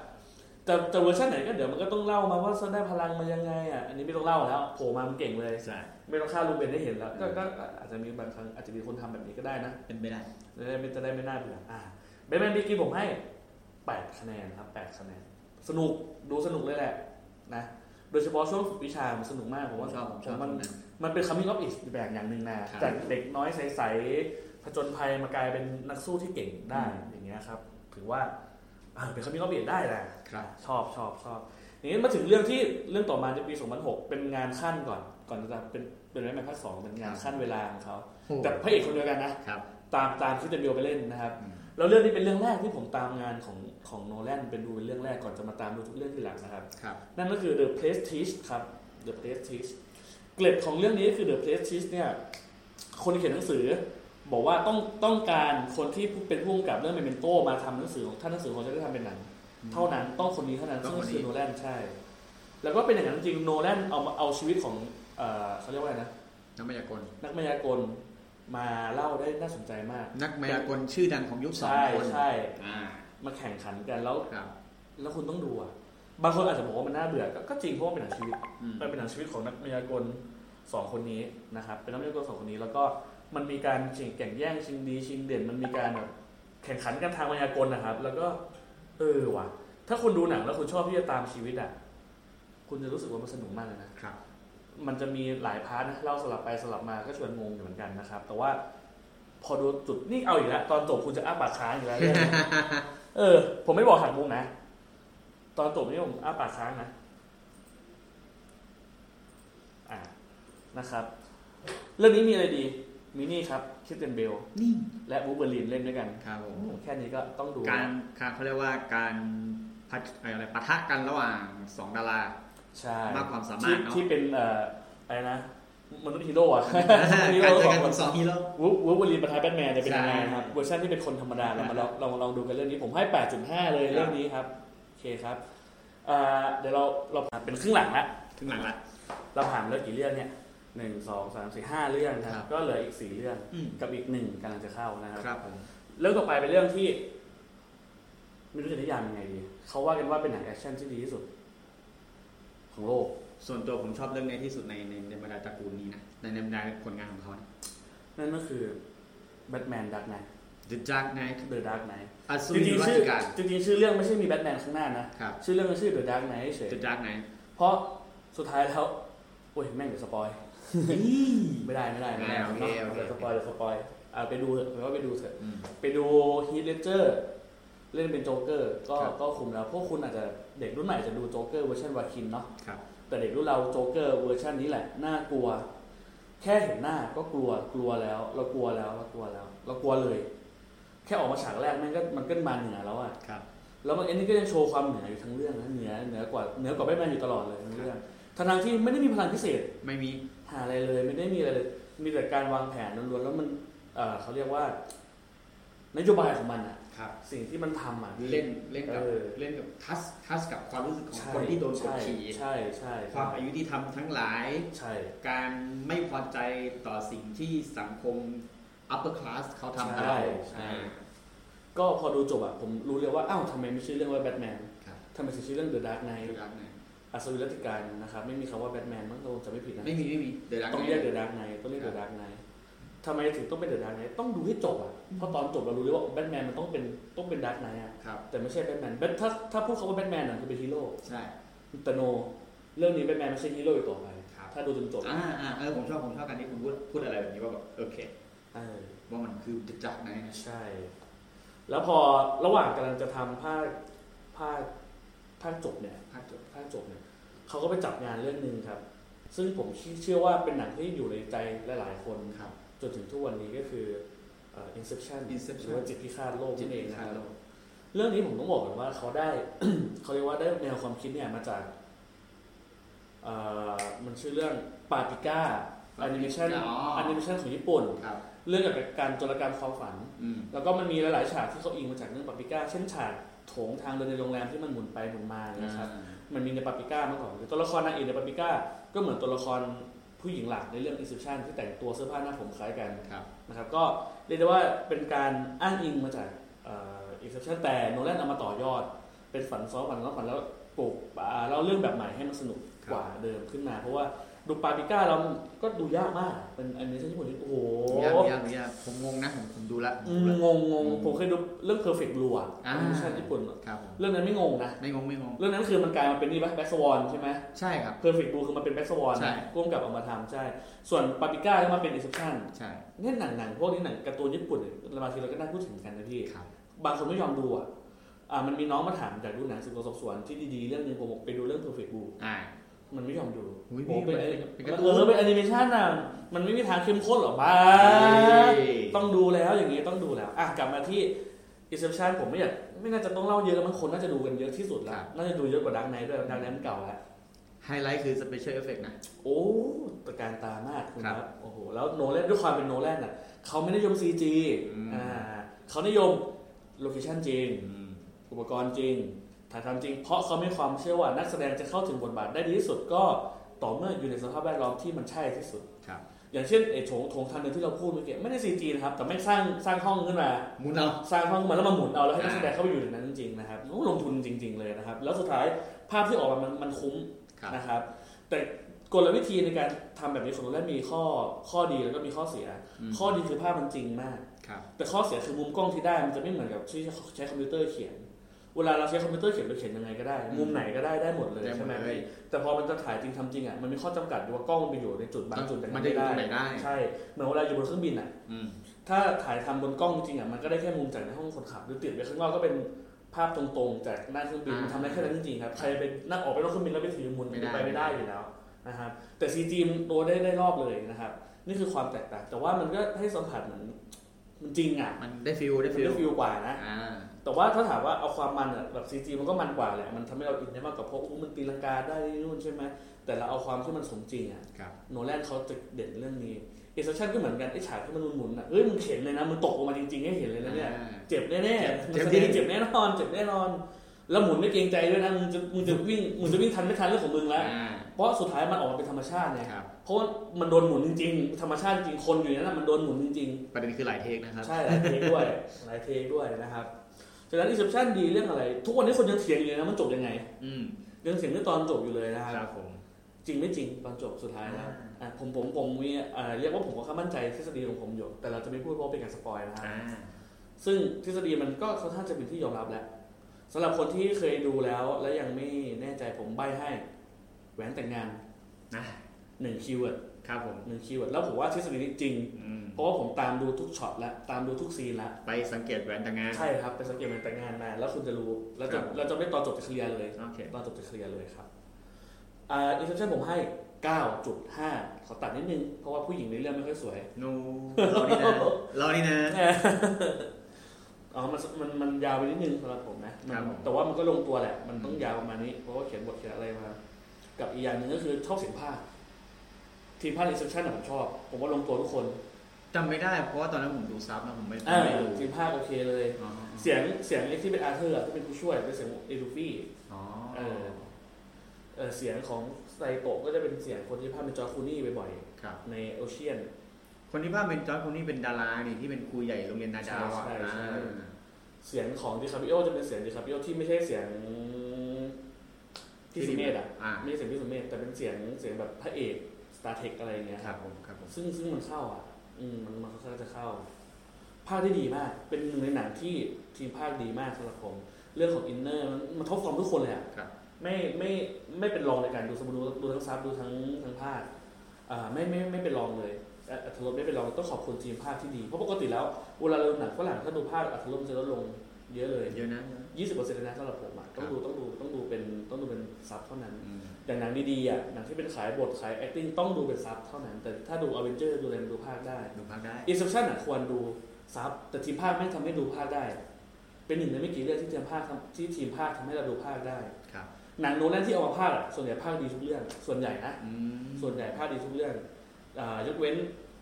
แต่แต่เวอร์ชันไหนก็เดี๋ยวมันก็ต้องเล่ามาว่าฉันได้พลังมายังไงอ่ะอันนี้ไม่ต้องเล่าแล้วโผล่มามันเก่งเลย ใช่ ไม่ต้องฆ่าลุงเบนให้เห็นแล้วก็ก็ก็อาจจะมีบางครั้งอาจจะมีคนทำแบบนี้ก็ได้นะ เป็นไปได้ จะได้ไม่จะได้ไม่น่าเบื่ออ่าแบทแมนบิกินผมให้แปดคะแนนครับแปดคะแนน สนุกดูสนุกเลยแหละนะ โดยเฉพาะช่วงฝึกวิชามันสนุกมากผมว่า ชอบผมชอบ มัน ตรงนั้น มันเป็นคัมมิ่งออฟอิสแบบอย่างหนึ่งนะครับ จากเด็กน้อยใสๆผจญภัยมากลายเป็นนักสู้ที่เก่งได้อย่างเงี้ยครับ ถือว่าอ่าเป็นคัมมิ่งออฟอิสได้แหละ ครับ ชอบชอบชอบนี้มาถึงเรื่องที่เรื่องต่อมาในปี 2006 เป็นงานขั้นก่อน ก่อนจะเป็นเป็นแม่แม่ภาคสองเป็นงานขั้นเวลาของเขา โอ้ แต่พระเอกคนเดียวกันนะ ครับ ตามตามที่เดมิโอไปเล่นนะครับ อืม แล้วเรื่องนี้เป็นเรื่องแรกที่ผมตามงานของของโนแลนเป็นดูเป็นเรื่องแรกก่อนจะมาตามดูทุกเรื่องทีหลังนะครับ ครับ นั่นก็คือ The Prestige ครับ The Prestige เกล็ดของเรื่องนี้คือ The Prestige เนี่ย คนเขียนหนังสือ บอกว่าต้องต้องการคนที่เป็นผู้กำกับเรื่องเมเมนโตมาทำหนังสือของท่านหนังสือของจะได้ทำเป็นหนัง เท่านั้นต้องคนนี้เท่านั้น ต้อ ซึ่ งคนงนี้ คือโนแลนใช่ แล้วก็เป็นอย่างนั้นจริงโนแลนเอามาเอาชีวิตของเอ่อเขาเรียกว่าอะไรนะ นักมายากล นักมายากลมาเล่าได้น่าสนใจมาก นักมายากลชื่อดังของยุคสอง ใช่ คน ใช่ อ่า มาแข่งขันกันแล้ว ครับ แล้วคุณต้องดูอ่ะบางคนอาจจะบอกว่ามันน่าเบื่อก็ก็จริงเพราะว่าเป็นหนังชีวิต อืม มันเป็นหนังชีวิตของนักมายากลสองคนนี้นะครับเป็นนักมายากลสองคนนี้ แล้วก็มันมีการชิงแข่งแย่งชิงดีชิงเด่น มันมีการแบบแข่งขันกันทางมายากลนะครับ แล้วก็เออว่ะ ถ้าคุณดูหนังแล้วคุณชอบที่จะตามชีวิตอ่ะคุณจะรู้สึกว่ามันสนุกมากเลยนะ ครับ มันจะมีหลายพาร์ทนะเล่าสลับไปสลับมาก็ชวนงงอยู่เหมือนกันนะครับ แต่ว่าพอดูจุดนี่เอาอีกแล้วตอนจบคุณจะอ้าปากค้าง อีกแล้วเรื่องนี้ เออ ผมไม่บอกหักมุมนะ ตอนจบนี่ผมอ้าปากค้างนะอ่านะครับ เรื่องนี้มีอะไรดี มีนี่ครับคิดเตนเบล นี่ และบูเบอร์ลินเล่นด้วยกัน ครับผม แค่นี้ก็ต้องดู การการเขาเรียกว่าการพัฒอะไรปะทะกันระหว่างสองดารา ใช่ มากความสามารถ ที่ เนอะ ที่เป็นเอ่ออะไรนะมนุษย์ฮีโร่อะ ฮี การ โร่ เจอ สอ กัน ง ข ค อน งสองฮีโร่ วูฟวูฟเวอร์ลินประทายแบทแมนจะเป็นยังไง ใช่ ครับเวอร์ชันที่เป็นคนธรรมดาเรามาลองลองลองดูกันเรื่องนี้ผมให้ 8.5 เลย ครับ เรื่องนี้ครับ โอเคครับอ่าเดี๋ยวเราเราผ่านเป็นครึ่งหลังละ ถึงหลังละ เราผ่านเรื่องกี่เรื่องเนี่ย หนึ่งสองสามสี่ห้าเรื่องค ครั รับบ ก็เหลืออีกสี่เรื่อง อืม กับอีกหนึ่งกำลังจะเข้านะครับ ครับผม เรื่องต่อไปเป็นเรื่องที่ไม่รู้จะนิยามยังไงดีเขาว่ากันว่าเป็นหนังแอคชั่นที่ดีที่สุด ของโลก ส่วนตัวผมชอบเรื่องนี้ที่สุดในในในบรรดาตระกูลนี้นะ ในในบรรดาผลงานของเขาเนี่ย นั่นก็คือแบทแมนดักไน The Dark Knight เดอะดักไน อัศ จ วิ ริ น ง รั ๆชื่อกชาล จริงๆชื่อเรื่องไม่ใช่มีแบทแมนข้างหน้านะครับ ชื่อเรื่องก็ชื่อเดอะดักไนเฉย The Dark Knight เพราะสุดท้ายแล้วโอ้ยแม่งเดี๋ยวสปอย ไม่ได้ไม่ได้ไม่ได้ อ่าโอเคโอเค เดี๋ยวสปอยเดี๋ยวสปอยอ่าไปดูเถอะแปลว่าไปดูเถอะ อืม ไปดูฮีทเลเจอร์เล่นเป็นโจ๊กเกอร์ก็ ครับ ก็คุมแล้ว พวกคุณอาจจะเด็กรุ่นใหม่อาจจะดูโจ๊กเกอร์เวอร์ชันวาคินเนาะ ครับ แต่เด็กรุ่นเราโจ๊กเกอร์เวอร์ชันนี้แหละน่ากลัว แค่เห็นหน้าก็กลัวกลัวแล้ว เรากลัวแล้วเรากลัวแล้ว เรากลัวเลย แค่ออกมาฉากแรกมันก็มันก็มาเหนือแล้วอะ ครับ แล้วมันเอ็นนี่ก็ยังโชว์ความเหนืออยู่ทั้งเรื่องนะเหนือเหนือกว่าเหนือกว่าแบทแมนอยู่ตลอดเลยทั้งเรื่องทั้งๆที่ไม่ได้มีพลังพิเศษ ไม่มี หาอะไรเลยไม่ได้มีอะไรเลยมีแต่การวางแผนล้วนๆแล้วมันเอ่อเขาเรียกว่า นโยบายของมันอะ ครับ สิ่งที่มันทำอ่ะ เล่น เล่นกับ เออ เล่นกับทัสทัสกับความรู้สึกของ ใช่ คนที่โดนกด ใช่ ขี่ ใช่ใช่ ความอายุที่ทำทั้งหลาย ใช่ การไม่พอใจต่อสิ่งที่สังคม upper class เขาทำกับ ใช่ เรา ใช่ อ่า ก็พอดูจบอะผมรู้เลยว่าอ้าวทำไมไม่ชื่อเรื่องว่าแบทแมน ครับ ทำไมถึงชื่อเรื่องเดอะดาร์กไน The Dark Knight อัศวินรัตติการนะครับไม่มีคำว่าแบทแมนมั้งเราจะไม่ผิดนะ ไม่มีไม่มี The Dark ต้องเรียก Knight เดอะดาร์กไนต้องเรียกเดอะดาร์กไนทำไมถึงต้องเป็นเดอะดาร์กไนต้องดูให้จบอะเพราะตอนจบเรารู้เลยว่าแบทแมนมันต้องเป็นต้องเป็นดาร์กไนอะ ครับ แต่ไม่ใช่แบทแมนแบทถ้าถ้าพูดคำว่าแบทแมนน่ะคือเป็นฮีโร่ ใช่ แต่โน เรื่องนี้แบทแมนไม่ใช่ฮีโร่อีกต่อไป ครับ ถ้าดูจนจบ อ่าอ่าเออผมชอบผมชอบการที่คุณพูดพูดอะไรแบบนี้ว่าแบบโอเค เออ ว่ามันคือ The Dark Knight นะ ใช่ แล้วพอระหว่างกำลังจะทำภาคภาคภาคจบเนี่ย ภาคจบ ภาคจบเนี่ยเขาก็ไปจับงานเรื่องหนึ่งครับ ซึ่งผมเชื่อว่าเป็นหนังที่อยู่ในใจหลายๆ คน ครับ จนถึงทุกวันนี้ก็คือเอ่อ Inception Inception หรือว่าจิตพิฆาตโลก จิ นั่ ต นเอง พิ นะ ฆา ค ต รับ โลก เรื่องนี้ผมต้องบอกก่อนว่าเขาได้ เขาเรียกว่าได้แนวความคิดเนี่ยมาจากเอ่อมันชื่อเรื่องปาปิก้าแอนิเมชัน Paprika อ๋อ แอ อ นิเมชันของญี่ปุ่น ครับ เรื่องเกี่ยวกับการโจรกรรมความฝัน อืม แล้วก็มันมีหลาย ๆ ฉากที่เขาอิงมาจากเรื่องปาปิก้าเช่นฉากโถงทางเดินในโรงแรมที่มันหมุนไปหมุนมาอย่างเงี้ยครับ มันมีในปาปริก้ามาก่อนคือตัวละครนางเอกในปาปริก้า ก็เหมือนตัวละครผู้หญิงหลักในเรื่อง Inception ที่แต่งตัวเสื้อผ้าหน้าผมคล้ายกัน ครับ นะครับ ก็เรียกได้ว่าเป็นการอ้างอิงมาจากเอ่อ Inception แต่โนแลนเอามาต่อยอด เป็นฝันซ้อนฝันซ้อนฝันแล้วปลูกอ่าเล่าเรื่องแบบใหม่ให้มันสนุก ครับ กว่าเดิมขึ้นมา เพราะว่าดูปาปริก้าเราก็ดูยากมากเป็นอันนี้ใช่ญี่ปุ่นที่โอ้โห ยากยากยากผมงงนะผมผมดูละผม อื ดู ม ละ งงงงผมเคยดูเรื่อง Perfect Blue อะ อ่า ไม่ใช่ญี่ปุ่น ครับผม เรื่องนั้นไม่งงนะ ไม่งงไม่งง เรื่องนั้นคือมันกลายมาเป็นนี่ปะแบ็กสวอนใช่ไหม ใช่ครับ เพอร์เฟกต์บูคือมันเป็นแบ็กสวอน ใช่ ร่วมกับเอามาทำใช่ ส่วนปาปิก้าก็มาเป็นอิส e p ชั่น ใช่ เนี่ยหนังหนังพวกนี้หนังการ์ตูนญี่ปุ่นเนี่ยเรามาทีเราก็ได้พูดถึงกันนะพี่ ครับ บางคนไม่ยอมดูอ่ะอ่ามันมีน้องมาถามจากดูหนังสืบสวนสอบสวนที่ดีๆ เรื่องหนึงผมบอกไปดูเรื่องเพอร์เฟกต์บู อ่า มันไม่ยอมดู อุ๊ย โอ้เป็น พี่ เอ เป็น อ การ์ตูน เออเป็นแอนิเมชันอ่ะมันไม่มีทางเข้มข้นหรอกบ้า ต้องดูแล้วอย่างนี้ต้องดูแล้วอ่ะกลับมาที่ Inception ผมไม่อยากไม่น่าจะต้องเล่าเยอะมั้งคนน่าจะดูกันเยอะที่สุด ค ละ รับ น่าจะดูเยอะกว่าดังไนด้วยดังไนมันเก่าละ ไฮไลท์คือสเปเชียลเอฟเฟกต์นะ โอ้ตระการตามากคุณค ครั รั บบ โอ้โห แล้วโนแลนด้วยความเป็นโนแลนน่ะ เขาไม่นิยม CG อืม อ่าเขานิยมโลเคชั่นจริง อุปกรณ์จริง ถ่ายทำจริง เพราะเขามีความเชื่อว่านักแสดงจะเข้าถึงบทบาทได้ดีที่สุดก็ต่อเมื่ออยู่ในสภาพแวดล้อมที่มันใช่ที่สุด ครับ อย่างเช่นไอ้โถงโถงทางเดินที่เราพูดเมื่อกี้ไม่ได้ CG นะครับ แต่ไม่งสร้างสร้างห้องขึ้นมา มุนเอา สร้างห้องขึ้นมาแล้วมาหมุนเอาแล้วให้นัก อ่า แสดงเข้าไปอยู่ในนั้นจริงๆนะครับโอ้ลงทุนจริง ๆเลยนะครับ แล้วสุดท้ายภาพที่ออกมามันมันคุ้ม ครับ นะครับ แต่กลวิธีในการทำแบบนี้ของโนแลนมีข้อข้อดีแล้วก็มีข้อเสีย ม ข้อดีคือภาพมันจริงมาก ครับ แต่ข้อเสียคือมุมกล้องที่ได้มันจะไม่เหมือนกับที่ใช้คอมพิวเตอร์เขียน เวลาเราใช้คอมพิวเตอร์เขียนเราเขียนยังไงก็ได้ มุมไหนก็ได้ได้หมดเลย ได้หม ใช่ ด ไหม เลย แต่พอมันจะถ่ายจริงทำจริงอ่ะมันมีข้อจำกัดอยู่ว่ากล้องมันไปอยู่ในจุดบางจุดแต่ มันจะ ไม่ อยู่ ได้ ตรงไหนได้ ใช่เหมือนเวลาอยู่บนเครื่องบินอ่ะ อืม ถ้าถ่ายทำบนกล้องจริงๆอ่ะมันก็ได้แค่มุมจากในห้องคนขับหรือติดไปข้างนอกก็เป็นภาพตรงๆ จากหน้าเครื่องบินมันทำได้แค่นั้นจริงๆครับใครไปนั่งออกไปนอกเครื่องบินแล้วไปถือมุนไปไม่ได้อยู่แล้วนะครับแต่ซีจีมันตัวได้ได้รอบเลยนะครับ นี่คือความแตกต่างแต่ว่ามันก็ให้สัมผัสเหมือนมันจริงอ่ะ มันได้ฟิลได้ มัน ฟิล ได้ฟิลกว่านะ อ่า แต่ว่าถ้าถามว่าเอาความมันอะแบบซีจีมันก็มันกว่าแหละมันทำให้เราอินได้มากกว่าเพราะอู้มันตีลังกาได้นู่นใช่ไหมแต่เราเอาความที่มันสมจริงอ่ะ ครับ โนแลนเขาจะเด่นเรื่องนี้เอเซชันก็เหมือนกันไอ้ฉากที่มันหมุนๆอ่ะเอ้ยมึงเห็นเลยนะมึงตกลงมาจริงๆให้เห็นเลยนะเนี่ย อ่า เจ็บแน่ เจ็บ ๆ เจ็บจมันแสด ริ ง ง เจ็บแน่นอนเจ็บแน่นอน แล้วหมุนไม่เกรงใจด้วยนะมึงจะมึงจะวิ่งมึงจะวิ่งทันไม่ทันเรื่องของมึงแล้ว อ่า เพราะสุดท้ายมันออกมาเป็นธรรมชาติไง ครับ เพราะว่ามันโดนหมุนจริงๆ ธรรมชาติจริงคนอยู่ในนั้นนะมันโดนหมุนจริง ประเด็นคือหลายเทคนะครับ ๆ ใช่หลายเทคด้วยหลายเทคด้วยนะครับฉะนั้น Inception ดีเรื่องอะไร ทุกวันนี้คนยังเถียงอยู่เลยนะมันจบยังไง อืม ยังเถียงเรื่องตอนจบอยู่เลยนะค ครับ รับผม จริงไม่จริงตอนจบสุดท้ายนะครับอ่ะผมผมผมมีอ่าเรียกว่าผมก็ค่อนข้างมั่นใจทฤษฎีของผมอยู่แต่เราจะไม่พูดเพราะเป็นการสปอยนะครับ อ่า ซึ่งทฤษฎีมันก็ค่อนข้างจะเป็นที่ยอมรับแล้วสำหรับคนที่เคยดูแล้วและยังไม่แน่ใจผมใบให้แหวนแต่งงาน นะ หนึ่งคีย์เวิร์ด ครับผม หนึ่งคีย์เวิร์ดแล้วผมว่าทฤษฎีนี้จริง อืม เพราะว่าผมตามดูทุกช็อตแล้วตามดูทุกซีนแล้ว ไปสังเกตแหวนแต่งงาน ใช่ครับไปสังเกตแหวนแต่งงานมาแล้วคุณจะรู้แล้ว ครั จะ บ เราจะไม่ตอนจบจะเคลียร์เลย โอเค ตอนจบจะเคลียร์เลยครับอ่าอินเทอร์เนผมให้ 9.5 ขอตัดนิดนึง เพราะว่าผู้หญิงในเรื่องไม่ค่อยสวย นูเรานี่นะเรานี่นะ อ๋อมันมัน มันยาวไปนิดนึงสำหรับผมนะมัน ครับผม แต่ว่ามันก็ลงตัวแหละ มันต้องยาวประมาณนี้ เพราะว่าเขียนบทเขียนอะไรมา กับอีกอย่างหนึ่งก็คือชอบเสียงภาค ทีมภาคอินสตชั่นผมชอบ ผมว่าลงตัวทุกคน จำไม่ได้เพราะว่าตอนนั้นผมดูซับนะผมไม่ อ่า ไม่ดู ทีมภาคโอเคเลย อ๋อ เสียง เสียงไอ้ที่เป็นอาร์เธอร์อะที่เป็นผู้ช่วยเป็นเสียงเอลูฟี่ อ๋อ เออเออเสียงของไซโตะก็จะเป็นเสียงคนที่ภาคเป็นจอร์จคลูนี่บ่อย ครับ ๆในโอเชียน คนที่บ้านเป็นจอร์จคนนี้เป็นดารานี่ที่เป็นครูใหญ่โรงเรียนนาดาวอ่ะ ใช่ใช่ใช่ อ่า เสียงของดิคาปิโอจะเป็นเสียงดิคาปิโอที่ไม่ใช่เสียงที่สุเมธอะ อ่า ไม่ใช่เสียงพี่สุเมธแต่เป็นเสียงเสียงแบบพระเอกสตาร์เทคอะไรอย่างเงี้ย ครับผมครับผม ซึ่งซึ่งมันเข้าอ่ะ อืมมันมันค่อนข้างจะเข้า ภาคที่ดีมาก เป็นหนึ่งในหนังที่ทีมภาคดีมากสำหรับผม เรื่องของอินเนอร์มันมันทบฟอร์มทุกคนเลยอ่ะ ครับ ไม่ไม่ไม่เป็นรองในการดูสมมติดูดูทั้งซับดูทั้งทั้งภาคอ่าไม่ไม่ไม่เป็นรองเลยอ่ะอัตลดไม่เป็นรองต้องขอบคุณทีมภาคที่ดีเพราะปกติแล้วเวลาเราดูหนังฝรั่งถ้าดูภาคอัตลดมันจะลดลงเยอะเลย เยอะนะ ยี่สิบเปอร์เซ็นต์นะสำหรับผมอ่ะต้องดูต้องดูต้องดูเป็นต้องดูเป็นซับเท่านั้น อย่างหนังดีๆอ่ะหนังที่เป็นขายบทขาย acting ต้องดูเป็นซับเท่านั้น แต่ถ้าดูอเวนเจอร์ดูอะไรมันดูภาคได้ ดูพักได้ Inception อ่ะควรดูซับแต่ทีมภาคไม่ทำให้ดูภาคได้ เป็นหนึ่งในไม่กี่เรื่องที่ทีมภาคทำที่ทีมภาคทำให้เราดูภาคได้ ครับ หนังโนแลนที่เอามาภาคอ่ะส่วนใหญ่ภาคดีทุกเรื่อง ส่วนใหญ่นะ อืม ส่วนใหญ่ภาคดีทุกเรื่องอ่ายกเว้น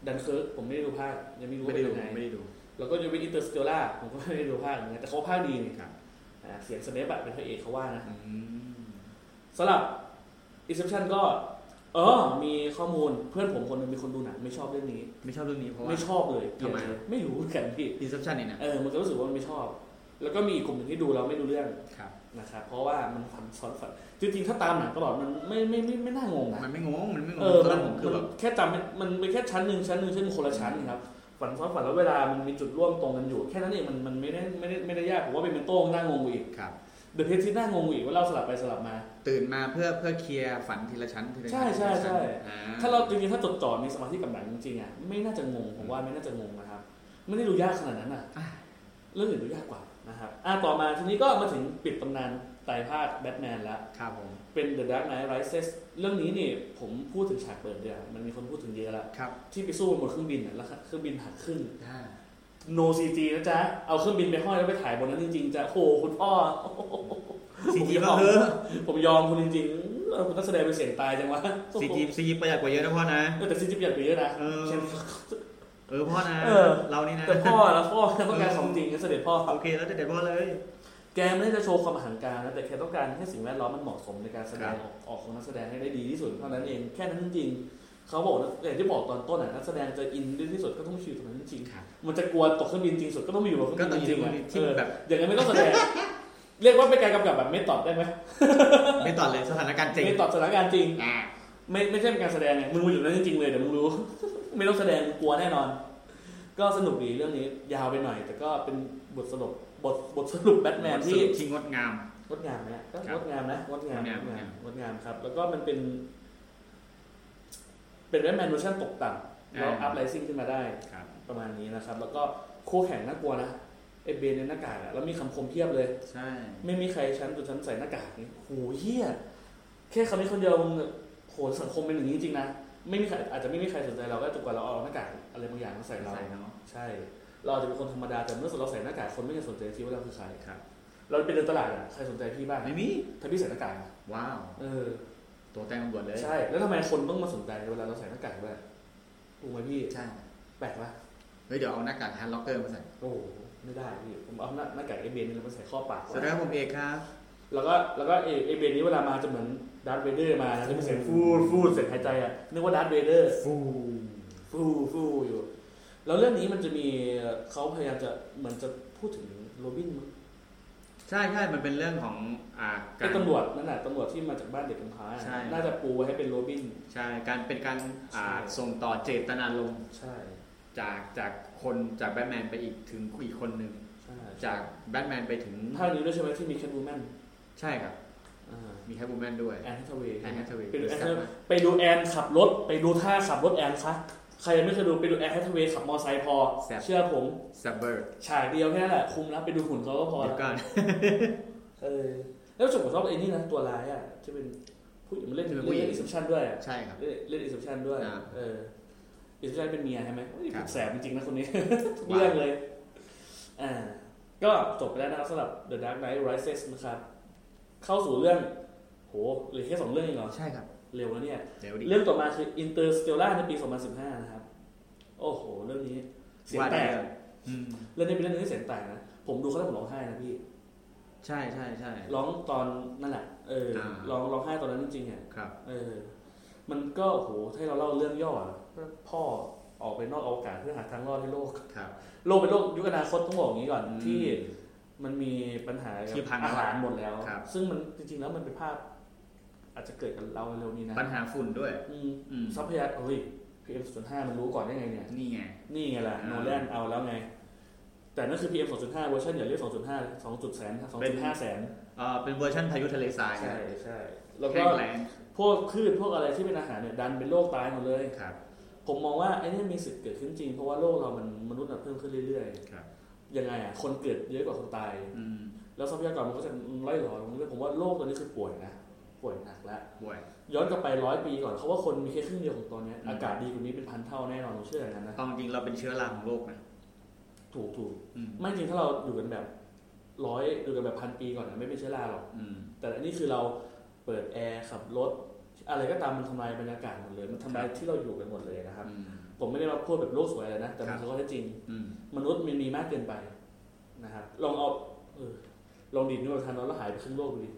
ดันเคิร์กผมไม่ได้ดูภาคยังไม่รู้ ไม่ ว่า ได้ เป็น ดู ยังไง ไม่ได้ดู แล้วก็ยกเว้นอินเตอร์สเตลล่าผมก็ไม่ได้ดูภาคเหมือนกันแต่เขาภาคดีนี่ ครับ อ่าเสียงสเนปอะเป็นพระเอกเขาว่านะ อืม สำหรับ Inception ก็ เออ มีข้อมูลเพื่อนผมคนหนึงมีคนดูหนังไม่ชอบเรื่องนี้ ไม่ชอบเรื่องนี้เพราะว่า ไม่ชอบเลย ทำไม เกลียดเลยไม่รู้เหมือนกันพี่ อินเซปชันนี่นะ เออ มันก็รู้สึกว่ามันไม่ชอบ แล้วก็มีอีกกลุ่มหนึ่งที่ดูแล้วไม่รู้เรื่อง ครับ นะครับเพราะว่ามันฝันซ้อนฝันจริงๆ ถ้าตามหนังตลอดมันไม่ไม่ไม่ไม่ไม่น่างงนะ มันไม่งงมันไม่งง เออ ตอน มั นั้น นผมคือ มั แบ น บ แค่จำเป็นมันเป็นแค่ชั้นหนึ่งชั้นหนึ่งชั้นหนึ่งคนละชั้นครับ ฝันซ้อนฝันแล้วเวลามันมีจุดร่วมตรงกันอยู่ แค่นั้นเองมันมันไม่ได้ไม่ได้ไม่ได้ยากผมว่าเป็นเมนโต้น่างงกว่าอีก ครับ เดอะเพจที่น่างงกว่าอีกว่าเราสลับไปสลับมา ตื่นมาเพื่อเพื่อเคลียร์ฝันทีละชั้นทีละ ใช่ ชั้นทีละนใช่ใช่ อ่ ถ้าเราจริงๆถ้าจดจ่อมีสมาธิกับหนังจริงๆอ่ะไม่น่าจะงงผมว่าไม่น่าจะงงนะครับ ไม่ได้ดูยากขนาดนั้นอ่ะ อ่ะ เรื่องอื่นดูยากกว่านะครับอ่ะต่อมาทีนี้ก็มาถึงปิดตำนานไตรภาคแบทแมนแล้ว ครับผม เป็น The Dark Knight Rises เรื่องนี้นี่ผมพูดถึงฉากเปิดเดียวามันมีคนพูดถึงเยอะละ ครับ ที่ไปสู้บนเครื่องบินอ่ะแล้วเครื่องบินหักครึ่ง อ่า no CG นะจ๊ะ เอาเครื่องบินไปห้อยแล้วไปถ่ายบนนั้นจริงๆจะโหคุณพ่อ ซี จี ผมย ก็ อม เฮ้อ ผมยอมคุณจริงๆเออคุณนักแสดงไปเสี่ยงตายจังวะ ซีจีซีจีประหยัดกว่าเยอะนะพ่อนะ เออแต่ซีจีเปลี่ยนไปเยอะนะ เออ เช่น เออพ่อนะ เออ เรานี่นะ แต่พ่อแล้วพ่อต้องการของจริงนะเสด็จพ่อครับ โอเคแล้วแต่เด็ดพ่อเลย แกไม่ได้จะโชว์ความอหังการนะแต่แกต้องการให้สิ่งแวดล้อมมันเหมาะสมในการแสดงออกออกของนักแสดงให้ได้ดีที่สุดเท่านั้นเองแค่นั้นจริงๆเขาบอกนะอย่างที่บอกตอนต้นอ่ะนักแสดงจะอินได้ที่สุดก็ต้องชิวตรงนั้นจริง ครับ มันจะกลัวตกเครื่องบินจริงสุดก็ต้องไปอยู่บนเค ก็ รื่อง ต้อ บิ ง น อยู่จริงๆอะ ใน เอ ที่ อ แบบ อย่างนั้นไม่ต้องแสดง เรียกว่าเป็นการกำกับแบบไม่ตอบได้ไหม ไม่ตอดเลยสถานการณ์จริง ไม่ตอบสถานการณ์จริง อ่า ไม่ไม่ใช่เป็นการแสดงไงมึงมาอยู่นั้นจริงๆเลยเดี๋ยวมึงรู้ ไม่ต้องแสดงมึงกลัวแน่นอน ก็สนุกดีเรื่องนี้ยาวไปหน่อย แต่ก็เป็นบทสรุปบทบทสรุปแบทแมนที่ ที่งดงาม งดงามนะก็ ครั ง บ ดงามนะงดงาม งดงาม งดงามงดงามครับ แล้วก็มันเป็น เป็นแบทแมนเวอร์ชันตกต่ำแล้วอัพไลซิ่งขึ้นมาได้ ครับ ประมาณนี้นะครับ แล้วก็คู่แข่งน่ากลัวนะไอเบนในหน้ากากอะแล้วมีคำคมเพียบเลย ใช่ ไม่มีใครชั้นดูชั้นใส่หน้ากากนี่โหเฮี้ย แค่คำนี้คนเดียวมึงแบบโหสังคมเป็นอย่างนี้จริงๆนะ ไม่มีใครอาจจะไม่มีใครสนใจเราก็จนกว่าเราเอาหน้ากากอะไรบางอย่างมาใส่เรา ใส่เนาะ ใช่ เราอาจจะเป็นคนธรรมดาแต่เมื่อเราใส่หน้ากากคนไม่จะสนใจที่ว่าเราคือใคร ครับ เราเป็นเดินตลาดอะใครสนใจพี่บ้าง ไม่มี ถ้าพี่ใส่หน้ากากอะ ว้าว เออ ตัวแตงตำรวจเลย ใช่ แล้วทำไมคนต้องมาสนใจเวลาเราใส่หน้ากากด้วยถูกไหมพี่ ใช่ แปลกปะ เฮ้ยเดี๋ยวเอาหน้ากากฮาร์ดล็อกเกอร์มาใส่ โอ้โหไม่ได้พี่ ผมเอาหน้าหน้ากากไอเบนนี่มาใส่ข้อปาก สวัสดีครับผมเอกครับ แล้วก็แล้วก็เอเอเบนนี้เวลามาจะเหมือนดาร์ธเวเดอร์มาจะเป็นเสียงฟูดฟูดเสียงหายใจอ่ะนึกว่าดาร์ธเวเดอร์ ฟู ฟูฟูอยู่ แล้วเรื่องนี้มันจะมีเขาพยายามจะเหมือนจะพูดถึงโรบินมั้ง ใช่ใช่มันเป็นเรื่องของอ่า ไอ้ การ ตำรวจนั่นแหละตำรวจที่มาจากบ้านเด็กกำพร้า ใช่ น่าจะปูไว้ให้เป็นโรบิน ใช่การเป็นการอ่า ใช่ ส่งต่อเจตนารมณ์ ใช่ จากจากคนจากแบทแมนไปอีกถึงอีกคนหนึ่ง ใช่ จากแบทแมนไปถึง ภาคนี้ด้วยใช่ไหมที่มีแคทวูแมน ใช่ครับ อ่า มีแฮปปี้แมนด้วย แอนแฮทเวย์ แอนแฮทเวย์ ไปดูแอน Discover ไปดูแอนขับรถ ไปดูท่าขับรถแอนซะใครยังไม่เคยดูไปดูแอนแฮทเวย์ขับมอไซค์พอ แซ่บ เชื่อผม ซับเบิร์ด ฉากเดียวแค่นั้นแหละคุมแล้วไปดูหุ่นเขาก็พอ เดี๋ย แล้ว ว ก่อน เออแล้วรู้สกผมชอบไอ้นี่นะตัวร้ายอ่ะที่เป็นผู้หญิงมันเล่นเล่นอิสชันด้วยอะ ใช่ครับ เล่นเล่นอิสชันด้วย อ่า เอออิสชันเป็นเมียใช่ไหมโอ้ย ครับ แสบจริงๆนะ คนนี้ ทุกเรื่องเลย อ่า ก็จบไปแล้วนะครับสำหรับ The Dark Knight Rises นะครับ เข้าสู่เรื่อง โหเหลือแค่สองเรื่องเองเหรอ ใช่ครับ เร็วแล้วเนี่ย เดี๋ยวดิ เรื่องต่อมาคือ Interstellar ในปี 2015 นะครับ โอ้โห เรื่องนี้ เสียงแตก ว่าดี อืม เรื่องนี้เป็นเรื่องหนึงที่เสียงแตกนะ ผมดูเขาแล้วผมร้องไห้นะพี่ ใช่ใช่ใช่ ร้องตอนนั่นแหละ เออ อ่า ร้องร้องไห้ตอนนั้นจริงๆอ่ะ ครับ เออ มันก็โอ้โหให้เราเล่าเรื่องย่ออะพ่อออกไปนอกอวกาศเพื่อหาทางรอดให้โลก ครับ โลกเป็นโลกยุคอนาคตต้องบอกอย่างนี้ก่อน ที่ อืม มันมีปัญหากับ ที่พัง อาหารหมดแล้ว ครับ ซึ่งมันจริงๆแล้วมันเป็นภาพ อาจจะเกิดกับเราเร็วๆนี้นะ ปัญหาฝุ่นด้วย อืม อืม ทรัพยากรเฮ้ยพีเอ็มสองห้ามันรู้ก่อนได้ไงเนี่ย นี่ไง นี่ไงล่ะ อ่า โนแลนเอาแล้วไง แต่นั่นคือพีเอ็มสองจุดห้าเวอร์ชันอย่าเรียกสองจุดห้าสองจุดแสนสองจุดห้าแสน เออเป็นเวอร์ชันพายุทะเลทราย ใช่ใช่แล้ว แข็ ก็ งแรง พวกพืชพวกอะไรที่เป็นอาหารเนี่ยดันเป็นโรคตายหมดเลย ครับ ผมมองว่าไอ้เนี่ยมีสิทธิ์เกิดขึ้นจริง เพราะว่าโลกเรามันมนุษย์อะเพิ่มขึ้นเรื่อย ครับ ๆ ยังไงอ่ะ คนเกิดเยอะกว่าคนตาย อืม แล้วทรัพยากรมันก็จะร่อยหรอลงเรื่อยผมว่าโลกตอนนี้คือป่วยนะ ป่วยหนักแล้ว บ่วย ย้อนกลับไปร้อยปีก่อนเขาว่าคนมีแค่ครึ่งเดียวของตอนเนี้ย อืม อากาศดีกว่านี้เป็นพันเท่าแน่นอนผมเชื่ออย่างนั้นนะ ความจริงเราเป็นเชื้อราของโลกนะ ถูกถูก อืม ไม่จริงถ้าเราอยู่กันแบบร้อยอยู่กันแบบพันปีก่อนนะไม่เป็นเชื้อราหรอก อืม แต่อันนี้คือเราเปิดแอร์ขับรถ อะไรก็ตามมันทำลายบรรยากาศหมดเลย มันทำลายที่เราอยู่กันหมดเลยนะครับ อืม ผมไม่ได้มาพูดแบบโลกสวยอะไรนะ แต่มันคือข้อเท็จจริง อืม มนุษย์มันมีมากเกินไปนะครับ ลองเอาเออลองดีดนิ้วประธานแล้วหายไปครึ่งโลกไปดิ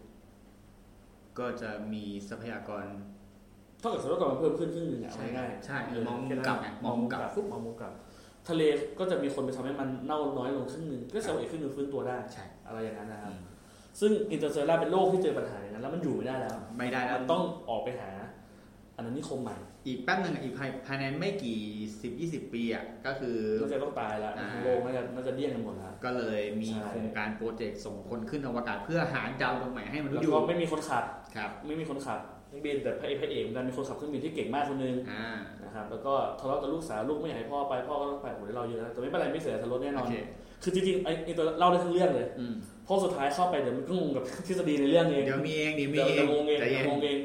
ก็จะมีทรัพยากร เท่ากับสมมติว่ามันเพิ่มขึ้นครึ่งหนึ่งอ่ะเอาง่าย ใช่ ๆ มองมุมกลับไงมองมุมกลับ ปุ๊บมองมุมกลับ ทะเลก็จะมีคนไปทำให้มันเน่าน้อยลงครึ่งหนึ่งก็จะเอาอีกครึ่งหนึ่งฟื้นตัวได้ ใช่ อะไรอย่างนั้นนะครับ อืม ซึ่งอินเตอร์เซลล่าเป็นโลกที่เจอปัญหาอย่างนั้น แล้วมันอยู่ไม่ได้แล้ว ไม่ได้แล้ว มันต้องออกไปหาอันนั้นนิคมใหม่ อีกแป๊บหนึ่งอีกภายภายในไม่กี่สิบยี่สิบปีอ่ะก็คือ น่าจะต้องตายแล้ว อ่า โลกน่าจะน่าจะเดี้ยงกันหมดแล้ว ก็เลยมี ใช่ โครงการโปรเจกต์ส่งคนขึ้นอวกาศเพื่อหาดาวดวงใหม่ให้มนุษ แล้ว ย์อยู่ ก็ไม่มีคนขับ ครับ ไม่มีคนขับเครื่องบินแต่พระเอกพระเอกเหมือนกันมีคนขับเครื่องบินที่เก่งมากคนหนึง อ่า นะครับแล้วก็ทะเลาะกับลูกสาวลูกไม่อยากให้พ่อไปพ่อก็ต้องไปโหได้เราเยอะนะแต่ไม่เป็นไรไม่เสียทะเลาะแน่น โอ อน เค คือจริงๆไอ้ไอ้ตัวเล่าได้ทั้งเรื่องเลย อืม เพราะสุดท้ายเข้าไปเดี๋ยวมันก็งงกับทฤษฎีในเรื่องเอง เดี๋ยวมีเองเดี๋ยวมี เดี๋ยว เอ จะ ง งงเอง ใจเย็ เดี๋ย น วงงเอง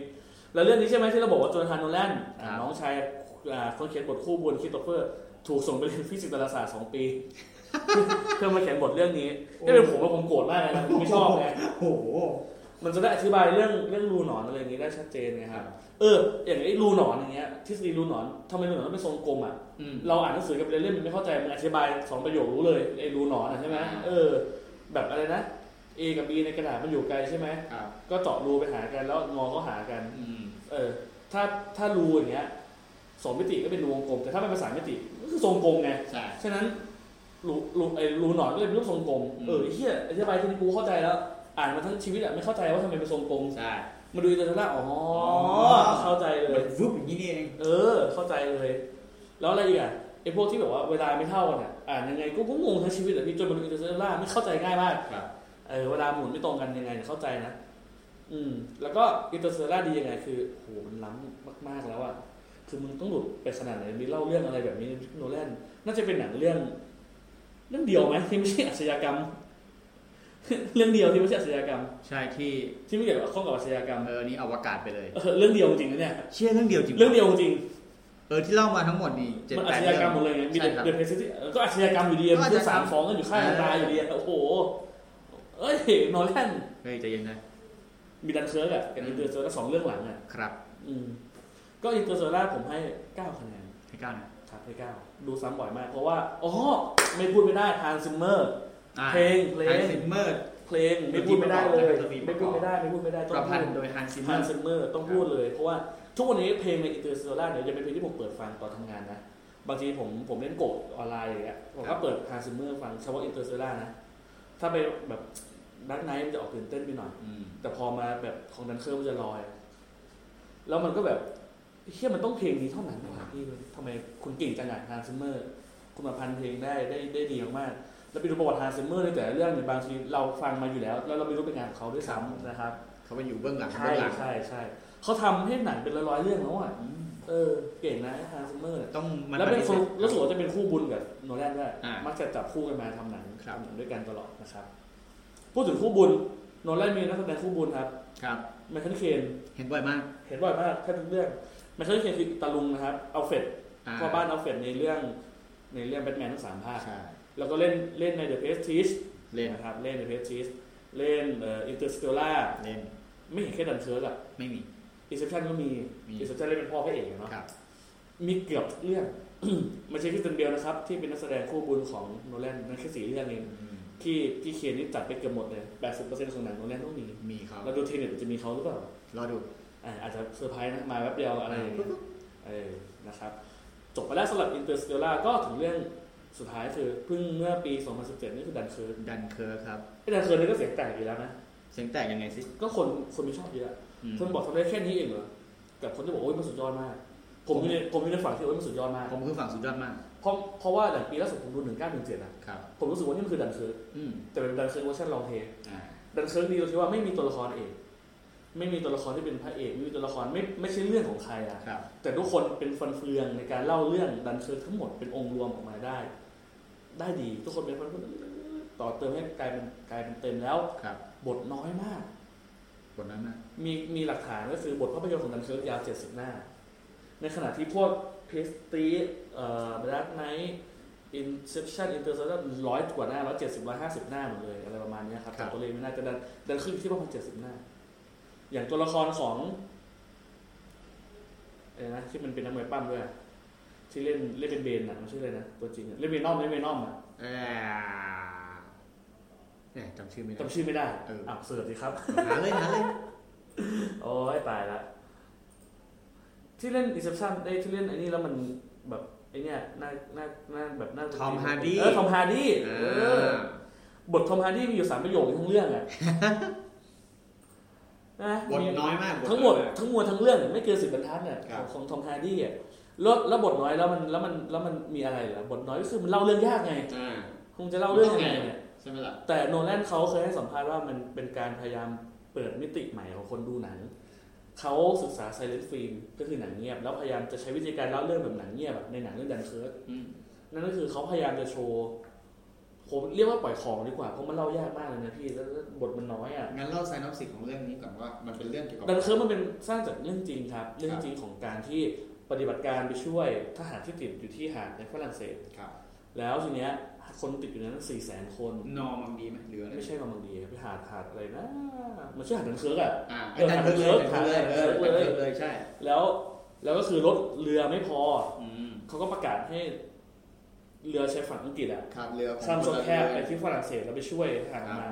แล้วเรื่องนี้ใช่ไหมที่เราบอกว่าโจนาธานโนแลนอ่า ครับ น้องชายอ่าคนเขียนบทคู่บุญคริสโตเฟอร์ถูกส่งไปเรียนฟิสิกส์ดาราศาสตร์สองปี เพื่อมาเขียนบทเรื่องนี้นี่เป็นผมว่าผมโกรธมากเลยนะผมไม่ชอบไง โอ้โห มันจะได้อธิบายเรื่องเรื่องรูหนอนอะไรอย่างนี้ได้ชัดเจนไงครับ ครับ เอออย่างไอ้รูหนอนอย่างเงี้ยทฤษฎีรูหนอนทำไมรูหนอนต้องเป็นทรงกลมอ่ะ อืม เราอ่านหนังสือกับเรียนเล่มมันไม่เข้าใจมันอธิบายสองประโยครู้เลยไอ้รูหนอนอะใช่ไหม อ่า เออ แบบอะไรนะ A กับ B ในกระดาษมันอยู่ไกลใช่ไหม ครับ ก็เจาะรูไปหากันแล้วงอก็หากัน อืม เออ ถ้าถ้ารูอย่างเงี้ยสองมิติก็เป็นรูวงกลม แต่ถ้าเป็นภาษามมิติก็คือทรงกลมไง ใช่ ฉะนั้นรูรูไอ้รูหนอนก็เลยเป็นรูปทรงกลม อืม เออไอ้เฮียอธิบายทีนี้กูเข้าใจแล้ว อ่านมาทั้งชีวิตอะไม่เข้าใจว่าทำไมเป็นทรงกลม ใช่ มาดูอินเตอร์เน็ตแล้วอ๋ออ อ เข้าใจเลย มันวุบอย่างนี้นี่เอง เออ เข้าใจเลย แล้วอะไรอีกอ่ะไอ้พวกที่แบบว่าเวลาไม่เท่ากันอ่ะอ่านยังไงกูก็งงทั้งชีวิตอ่ะพี่จนมันอินเตอร์เซลล่าไม่เข้าใจง่ายมาก ครับ เออเวลาหมุนไม่ตรงกันยังไงเนี่ยเข้าใจนะ อืม แล้วก็อินเตอร์เซลล่าดียังไง คือโหมันล้ำมากๆแล้วอ่ะคือมึงต้องหลุดไปขนาดไหนมีเล่าเรื่องอะไรแบบนี้โนแลนน่าจะเป็นหนังเรื่อง เรื่องเดียวไหมที่ไม่ใช่อาชญากรรม เรื่องเดียวที่ไม่ใช่อาชญากรรม ใช่ที่ ที่ไม่เกี่ยวข้องกับอาชญากรรม เออนี่อวกาศไปเลย เออเรื่องเดียวจริงนะเนี่ย เชื่อเรื่องเดียวจริง เรื่องเดียวจริง เออที่เล่ามาทั้งหมดนี่เจ็ด มัน แป อา ด ช เรื่อกญารรง มหมดเลยไง มี ใช่ครับ เดเพซิตี้ก็อาชญากรรมอยู่ดีอะ ก็อา มัน ช คื ญา อรรมกสามฟ้องกันอยู่ฆ่ากัน เออ ตายอยู่ดีอะโอ้โห เอ้ยโนแลน เฮ้ยใจเย็นนะ มีดันเคิร์กอะกับ อืม อินเตอร์เซอร์สองเรื่องหลังอะ ครับ อืม ก็อินเตอร์เซอร์ล่าผมให้เก้าคะแนน ให้ก้าวนะครับ ให้เก้าดูซ้ำบ่อยมาก เพราะว่า อ๋อ ไม่พูดไม่ได้ทานซิมเมอร์ อ่า เพลงเพลง ไอซิมเมอร์ เพลงไม่พูดไม่ได้เลย ดนตรีป ไม่ ระก พู อบดไม่ได้ไม่พูดไม่ได้ ป ต้อง ระ พู พัน ด ธ์โดยฮันซิมเม ฮั อน ร์ ซิมเมอร์ต้องพูดเลย เพราะว่าทุกวันนี้เพลงในอินเตอร์เซลล่าเนี่ยจะเป็นเพลงที่ผมเปิดฟังตอนทำงานนะ บางทีผมผมเล่นโกดออนไลน์อย่างเงี้ยผม ครับก็เปิดฮันซิมเมอร์ฟังเฉพาะอินเตอร์เซลล่านะ ถ้าไปแบบดักไนท์มันจะออกตื่นเต้นไปหน่อย อืม แต่พอมาแบบของดันเคิร์มันจะลอย แล้วมันก็แบบเฮียมันต้องเพลงนี้เท่านั้นวะพี่ทำไมคุณเก่งจังอะฮานซิมเมอร์ คุณมาพันเพลงได้ได้ได้ดีมากๆแล้วไปดูประวัติฮานซิมเมอร์ในแต่ละเรื่องเนี่ยบางทีเราฟังมาอยู่แล้ว แล้วเราไม่รู้เป็นงานของเขาด้วยซ้ำนะครับ เขาไปอยู่เบื้องหลัง ใช่ เบื้องหลัง ใช่ใช่เขาทำให้หนังเป็นร้อยๆเรื่องแล้วอ่ะ อืม เออเก่งนะฮานซิมเมอร์เนี่ย ต้องมั แล้วเป็นคน ปฏิสธ แล้วส่วนจะเป็นคู่บุญกับโนแลนด้วย อ่ามั มักจะจับคู่กันมาทำหนัง ครับ ทำหนังด้วยกันตลอดนะครับพูดถึงคู่บุญโนแลนมีนักแสดงคู่บุญครับ ครับ ไมเคิลเคน เห็นบ่อยมาก เห็นบ่อยมากแทบทุกเรื่องไมเคิลเคนคือตาลุงนะครับเอาเฟด อ่ พ่อบ้านเอาเฟดในเรื่องในเรื่องแบทแมนทั้งสามภาค ใช่ แล้วก็เล่นเล่นในเดอะเพสทีส เล่น นะครับเล่นในเพสทีสเล่นเอ่อินเตอร์สเตลล่า เล่น ไม่เห็นแค่ดันเทิร์กอะ ไม่มี อินเซปชันก็มี มี อินเซปชันเล่นเป็นพ่อพระเอกอะเนาะ ครับ มีเกือบทุกเรื่อง ไม่ใช่แค่ตันเดียวนะครับ ที่เป็นนักแสดงคู่บุญของโนแลนนั่นแค่สี่เรื่องเอง อืม ที่ที่เคนนี่จัดไปเกือบหมดเลย80%ของหนังโนแลนต้องมี มีเขา เราดูเทเน็ตจะมีเขาหรือเปล่า รอดู อ่ะอาจจะเซอร์ไพรส์นะมาแป๊บเดียวอะไรอย่างเงี้ยเออนะครับ จบไปแล้วสำหรับอินเตอร์สเตลล่าก็ถึงเรื่องสุดท้ายคือเพิ่งเมื่อปี 2017 นี่คือดันเคิร์ด ดันเคอร์ครับ ไอ้ดันเคิร์ดนี่ก็เสียงแตกอยู่แล้วนะ เสียงแตกยังไงสิ ก็คนคนไม่ชอบเยอะ อืม คนบอกทำได้แค่นี้เองเหรอ กับคนที่บอกโอ้ยมันสุดยอดมาก ผมอยู่ในผมอยู่ในฝั่งที่โอ้ยมันสุดยอดมาก ผมคือฝั่งสุดยอดมาก เพราะเพราะว่าหลังปีล่าสุดผมดู 1917อ่ะ ครับ ผมรู้สึกว่านี่มันคือดันเคิร์ด อืม แต่เป็นดันเคิร์ดเวอร์ชันลองเทค อ่า ดันเคิร์กดีตรงที่ว่าไม่มีตัวละครเอก ไม่มีตัวละครที่เป็นพระเอกไม่มีตัวละครไม่ไม่ใช่เรื่องของใครอะ ครับ แต่ทุกคนเป็นฟันเฟืองในการเล่าเรื่องดันเคิร์กทั้งหมดเป็นองค์รวมออกมาได้ ได้ดี ทุกคนเป็นฟันเฟืองต่อเติมให้กลายเป็นกลายเป็นเต็มแล้ว ครับ บทน้อยมาก บทนั้นนะ มีมีหลักฐานก็คือบทภาพยนตร์ของดันเคิร์กยาว 70 หน้า ในขณะที่พวกเพสตีเอ่อแบล็กไนท์อินเซปชันอินเตอร์เซปชันร้อยกว่าหน้าร้อยเจ็ดสิบร้อยห้าสิบหน้าหมดเลยอะไรประมาณเนี้ยครับแต่ตัวเลขไม่น่าจะดันดันขึ้นที่ประมาณเจ็ดสิบหน้า อย่างตัวละครของอะไรนะที่มันเป็นนักมวยปั้มด้วยอะที่เล่นเล่นเป็นเบนอ่ะมันชื่ออะไรนะตัวจริงอะเล่นเบนนอมเล่นเบนนอมอ่ะ เอ่อเนี่ยจำชื่อไม่ได้ จำชื่อไม่ได้ เอออ้ อ้าวเสิร์ชสิครับ หาเลยหาเลย โอ้ยตายละ ที่เล่น Inception ได้ที่เล่นไอ้นี่แล้วมันแบบไอ้เนี่ยน่าน่าน่าแบบน่า Tom Hardy เออทอมฮาร์ดี้ อ่ เอา อ บททอมฮาร์ดี้มีอยู่สามประโยคในทั้งเรื่อง อะ นะ บทน้อยมากบท ทั้งหมด น้อยาก ทั้งมวลทั้งเรื่องเนี่ยไม่เกินสิบบรรทัดเนี่ย ครับ ของทอมฮาร์ดี้อะแล้วแล้วบทน้อยแล้วมันแล้วมันแล้วมันมีอะไรเหรอบทน้อยก็คือมันเล่าเรื่องยากไง อ่า คงจะเล่าเรื่องยังไงเนี่ย ใช่ไหมล่ะ แต่โนแลนเขาเคยให้สัมภาษณ์ว่ามันเป็นการพยายามเปิดมิติใหม่ของคนดูหนัง เขาศึกษาไซเลนต์ฟิล์มก็คือหนังเงียบ แล้วพยายามจะใช้วิธีการเล่าเรื่องแบบหนังเงียบแบบในหนังเรื่องดันเคิร์ก อืม นั่นก็คือเขาพยายามจะโชว์ผมเรียกว่าปล่อยของดีกว่าเพราะมันเล่ายากมากเลยนะพี่แล้วบทมันน้อยอ่ะ งั้นเล่าไซนอปสิสของเรื่องนี้ก่อนว่ามันเป็นเรื่องเกี่ยวกับ ดันเคิร์กมันเป็นสร้างจากเรื่องจริงครับ เรื่องจริงของการที่ปฏิบัติการไปช่วยทหารที่ติดอยู่ที่หาดในฝรั่งเศส ครับ แล้วทีเนี้ยคนติดอยู่ในนั้นสี่แสนคน นอมังดีไหมเหลืออะไร ไม่ใช่กำลังดีไปหาดหาดอะไรนะมันชื่อหาดดันเคิร์กอ่ะ อ่า เออ ดันเคิร์กเลยดันเคิร์กเลย ดันดัเคิร์ น กเคิร์กเลยเลยใช่ แล้วแล้วก็คือรถเรือไม่พอ อืม เขาก็ประกาศให้เรือใช้ฝั่งอังกฤษอะ ครับเรือของ ข้าคมสะ นละ แคบไป เรือ ที่ฝรั่งเศสแล้วไปช่วยทหาร ครับ มา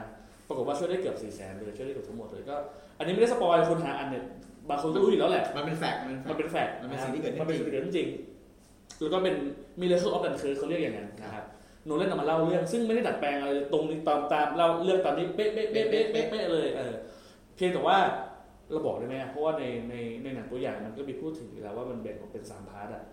ปรากฏว่าช่วยได้เกือบสี่แสนเลยช่วยได้เกือบทั้งหมดเลยก็ อันนี้ไม่ได้สปอยคนหาอันเนี่ยบางคนก็รู้อยู่แล้วแหละ มันเป็นแฟกต์มันเป็นแฟ มัน กต์ เป็นแฟกต์ มันเป็นสิ่งที่เกิดขึ้น มันเป็นสิ่งที่เกิดขึ้นจริงแล้วก็เป็นมิเลเ c อร์ออฟดันเคิร์เขาเรียกอย่างนั้นนะครับโนเล่นเอามาเล่าเรื่อง ซึ่งไม่ได้ดัดแปลงอะไรตรงนี้ตามตามเล่าเรื่องตามนี้เป๊ะเป๊ะเป๊ะเป๊ะเป๊ะเป๊ะเลยเออเพียงแต่ว่าเราบอกได้ไหมอะเพราะว่าในในในหนังตัวอย่างมันก็มีพูดถึงอยู่แล้วว่ามันแบ่งออกเป็นสามพาร์ทอะ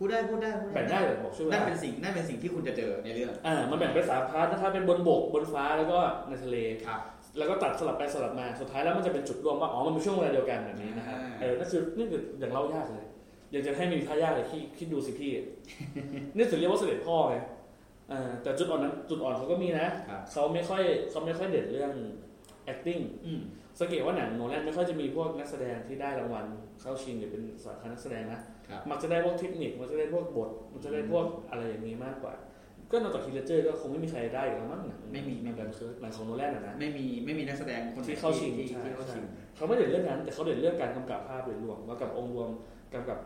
พูดได้พูดได้พูด แบ่งได้เลยบอกช่วยเว นั่น ลา เป็นสิ่งนั่นเป็นสิ่งที่คุณจะเจอในเรื่อง อ่ามันแบ่งเป็นสามพาร์ทนะครับเป็นบนบกบนฟ้าแล้วก็ในทะเล ครับ แล้วก็ตัดสลับไปสลับมาสุดท้ายแล้วมันจะเป็นจุดรวมว่าอ๋อมันเป็นช่วงเวลาเดียวกันแบบนี้นะครับเออนั่นคือนี่คืออย่างเล่ายากเลยอยากจะให้มีท่ายากเลยที่คิดดูสิ พี่ นี่ถึงเรียกว่าเสด็จพ่อไงเออแต่จุดอ่อนนั้นจุดอ่อนเขาก็มีนะครับ เขาไม่ค่อยเขาไม่ค่อยเด่นเรื่อง acting อืม สังเกตว่าหนังโนแลนไม่ค่อยจะมีพวกนักแสดงที่ได้รางวัลเข้าชิงหรือเป็นสาขานักแสดงนะครับ มักจะได้พวกเทคนิคมันจะได้พวกบท มันจะได้พวกอะไรอย่างนี้มากกว่า ก็นอกจากฮิลเจอร์ก็คงไม่มีใครได้อีกแล้วมั้งหนัง ไม่มีไม่มี หนังเคิร์ดหนังของโนแลนอะนะ ไม่มีไม่มีนักแสดงคนไหน ที่เข้าชิง ที่ ใช่ ที่เข้าชิง เขาไม่เด่นเรื่องนั้น แต่เขาเด่นเรื่องการกำกับภาพโดยรวมแล้วกับองค์รวมกำกับ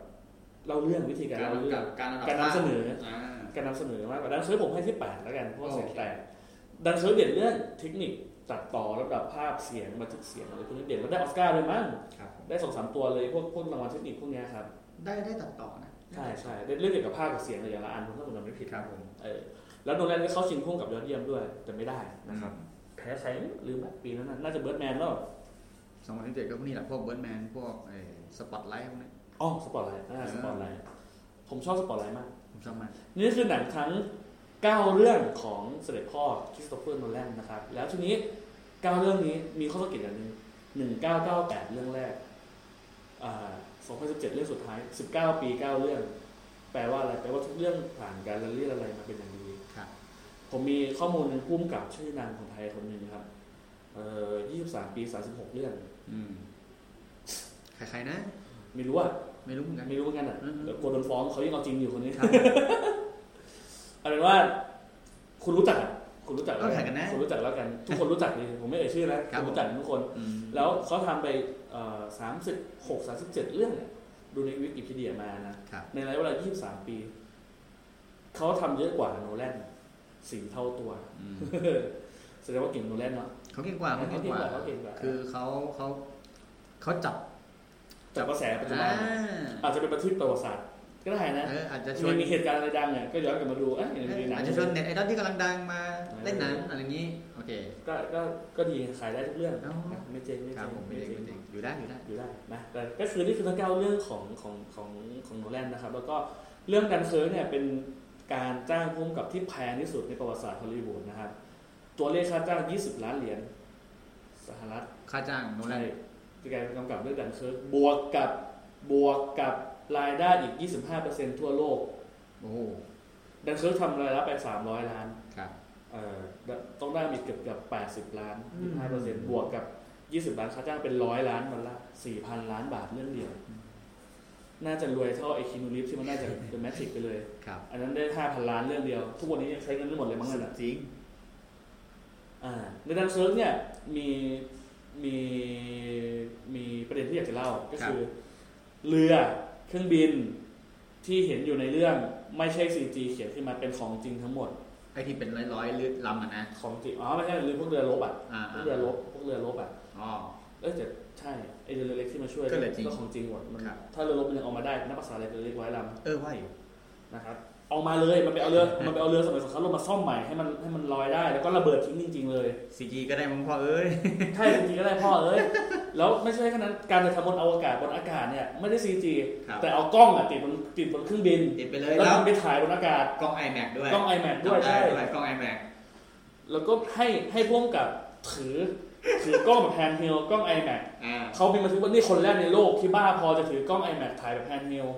เล่าเรื่องวิธีการ การ เล่าเรื่ กั อง บการ การนำเสนอ อ่า การนำเสนอมากกว่าดันเคิร์ผมให้ที่แปดแล้วกันเพราะว่า โอเค เสียงแตกดันเคิร์เด่นเรื่องเทคนิค ตัดต่อระดับภาพเสียงบันทึกเสียงอะไรพวกนี้เด่นแล้วได้ออสการ์ด้วยมั้ง ครับ ได้สองสามตัวเลยพวกพวกรางวัลเทคนิคพวกเนี้ยครับ ได้ได้ตัดต่อนะ ใช่ใช่ได้เรื่องเกี่ยวกับภาพกับเสียงอะไรอย่างละอันผมถ้าผมจำไม่ผิด ครับผม เออแล้วโนแลนก็เข้าชิงพ่วงกับยอดเยี่ยมด้วยแต่ไม่ได้นะครับ แพ้ใครลืมละปีนั้นน่ะน่าจะเบิร์ดแมนแล้ว สองพันสิบเจ็ดก็พวกนี้แหละพวกเบิร์ดแมนพวกสปอตไลท์พวกนี้ อ๋อสปอตไลท์อ่าสปอตไลท์ผมชอบสปอตไลท์มาก ผมชอบมาก นี่คือหนังทั้ง 9 เรื่องของเสด็จพ่อคริสโตเฟอร์โนแลนนะครับ แล้วทีนี้ 9 เรื่องนี้มีข้อสังเกตอย่างหนึ่ง1998 เรื่องแรกอ่า2017 เรื่องสุดท้าย 19 ปี 9 เรื่อง แปลว่าอะไร แปลว่าทุกเรื่องผ่านการละเลียดอะไรมาเป็นอย่างดี ครับ ผมมีข้อมูลหนึ่งพุ่มกับชื่อนางของไทยคนหนึ่งครับ เอ่อ23 ปี 36 เรื่อง อืมใครๆนะ ไม่รู้อ่ะ ไม่รู้เหมือนกัน ไม่รู้เหมือนกันอ่ะ อืม เดี๋ยวกลัวโดนฟ้องเขายังเอาจริงอยู่คนนี้ ครับ เอาเป็นว่า คุณรู้จักอะคุณรู้จักแล้ว รู้จักกันนะ คุณรู้จักแล้วกัน ทุกคนรู้จักดีผมไม่เอ่ยชื่อนะครัผบม รู้จักทุกคน อืม แล้วเขาทำไปสามสิบหกสามสิบเจ็ดเรื่องเนี่ยดูในวิกิพีเดียมานะ ครับ ในระยะเวลา 23 ปี เขาทำเยอะกว่าโนแลนสี่เท่าตัว อืม แสดงว่าเก่งโนแลนเนาะ เขาเก่งกว่าเขาเก่งกว่า เขาเก่งกว่า คือเขาเขาเขาจับ จากกระแสปัจจุบั อ่าน อาจจะเป็นบันทึกประวัติศาสตร์ก็ได้นะ เอออาจจะชว มัน นมีเหตุการณ์อะไรดังเนี่ยก็ย้อนกลับมาดูเอ๊ะอย่างนี้นะ อาจจะชวนเน็ตไอดอลที่กำลังดังมา เออ เล่นหนังอะไรอย่างนี้ โอเค ก็ก็ก็ดีขายได้ทุกเรื่อง อ๋อ นะไม่เจ๊งไม่ ครับ เจ๊ง ผมไม่ ไม่ เด็ก เจ๊ง ไม่เด็กอยู่ได้อยู่ได้ อยู่ได้นะแต่ก็คือนี่คือทั้งเก้าเรื่องของของของของโนแลนนะครับ แล้วก็เรื่องดันเคิร์เนี่ยเป็นการจ้างพุ่มกับที่แพงที่สุดในประวัติศาสตร์ฮอลลีวูดนะครับ ตัวเลขค่าจ้าง 20 ล้านเหรียญสหรัฐ ค่าจ้างโนแล ใช่ น ที่การกำกับเรื่องดันเคิร์บวกกับบวกกับรายได้อีก 25%ทั่วโลก โอ้โห ดันเคิร์ทำรายรับไป 300 ล้าน ครับ เอ่อต้องได้มีเกือบเกือบ80 ล้าน อืม 25เปอร์เซ็นต์บวกกับ 20 ล้านค่าจ้างเป็น 100 ล้านดอลลาร์4,000 ล้านบาทเรื่องเดียว น่าจะรวยเท่าไอคินูลิฟที่มันน่าจะเป็นแมทริกไปเลย ครับ อันนั้นได้ 5,000 ล้านเรื่องเดียว ทุกวันนี้ยังใช้เงินไม่หมดเลยมั้งนั่นน่ะ จริง อ่าในดันเซิร์ฟเนี่ยมีมีมีประเด็นที่อยากจะเล่าก็คือ เรือเครื่องบินที่เห็นอยู่ในเรื่องไม่ใช่ CG เขียนขึ้นมาเป็นของจริงทั้งหมด ไอที่เป็นร้อยๆลึกลำอ่ะนะ ของจริงอ๋อไม่ใช่เรือพวกเรือรบอ่ะ อ่า พวกเรือรบพวกเรือรบอ่ะ อ๋อ เอ้ยแต่ใช่ไอเรือเล็กที่มาช่วย ก็เลยจริง ก็ของจริงหมดมัน ครับ ถ้าเรือรบมันยังเอามาได้นักภาษาอะไรเรือเล็กร้อยล เออว่าอยู่ ำนะครับเอามาเลยมันไปเอาเรือ มันไปเอาเรือสมัยสงครามโลกมาซ่อมใหม่ให้มันให้มันลอยได้ แล้วก็ระเบิดทิ้งจริง ๆ เลย ซีจีก็ได้มั้งพ่อเอ้ย ใช่จริงๆก็ได้พ่อเอ้ยแล้วไม่ใช่แค่นั้นการจะทำบนอวกาศบนอากาศเนี่ยไม่ได้ซีจี ครับ แต่เอากล้องอะติดบนติดบนเครื่องบิน ติดไปเลย แล้ว แล้ว ทำไปถ่ายบนอากาศ กล้อง iMac ด้วย กล้อง iMac ด้วย ทำ ใช่ ด้วยกล้อง iMac แล้วก็ให้ให้พ่วงกับถือถือกล้องแบบแฮนด์เฮลกล้อง iMac อ่า เขาเป็นบันทึกว่านี่คนแรกในโลกที่บ้าพอจะถือกล้อง iMac ถ่ายแบบแฮนด์เฮล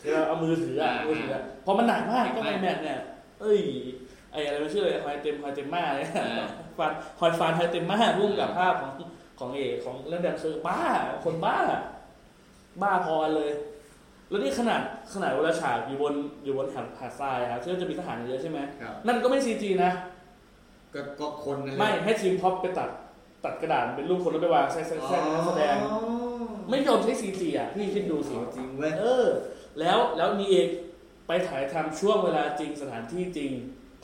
เธอเอามือถืออ่ะมือถืออ่ะเพราะมันหนักมากกล้อง iMac เนี่ย เอ้ย ไออะไรไม่ชื่อเลยฮอยเต็มฮอยเต็มมาเลยฟันฮอยฟันฮอยเต็มมาร่วมกับภาพของของเอกของเรื่องแดนเซอร์บ้า คนบ้า บ้าพอเลย แล้วนี่ขนาดขนาดเวลาฉากอยู่บนอยู่บนหาดหาดทรายครับที่มันจะมีทหารเยอะใช่ไหม ครับ นั่นก็ไม่ซีจีนะ ก็ก็คนนั่นแห ไม่ ละ ให้ทีมพ็อปไปตัดตัดกระดาษเป็นรูปคนแล้วไปวางแซ่แซ่แซ่นักแสดง อ๋อ ไม่ยอมใช้ซีจีอ่ะ พี่คิดดูสิ เอาจริงเว้ย เออ แล้วแล้วมีเอกไปถ่ายทำช่วงเวลาจริงสถานที่จริง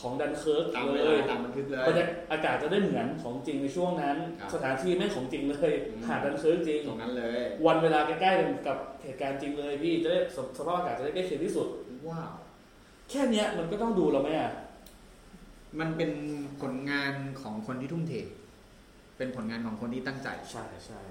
ของดันเคิร์ก ตามเว เล ลาย ตามบันทึกเล บรร ย ยากอากาศจะได้เหมือนของจริงในช่วงนั้น ครับ สถานที่ไม่งของจริงเลย อืม หาดดันเคิร์กจริง ตรงนั้นเลย วันเวลาใกล้ๆกับเหตุการณ์จริงเลยพี่จะได้สสภาพอากาศจะได้ใกล้เคียงที่สุด ว้าว แค่เนี้ยมันก็ต้องดูแล้วไหมอ่ะ มันเป็นผลงานของคนที่ทุ่มเท เป็นผลงานของคนที่ตั้งใจ ใช่ใช่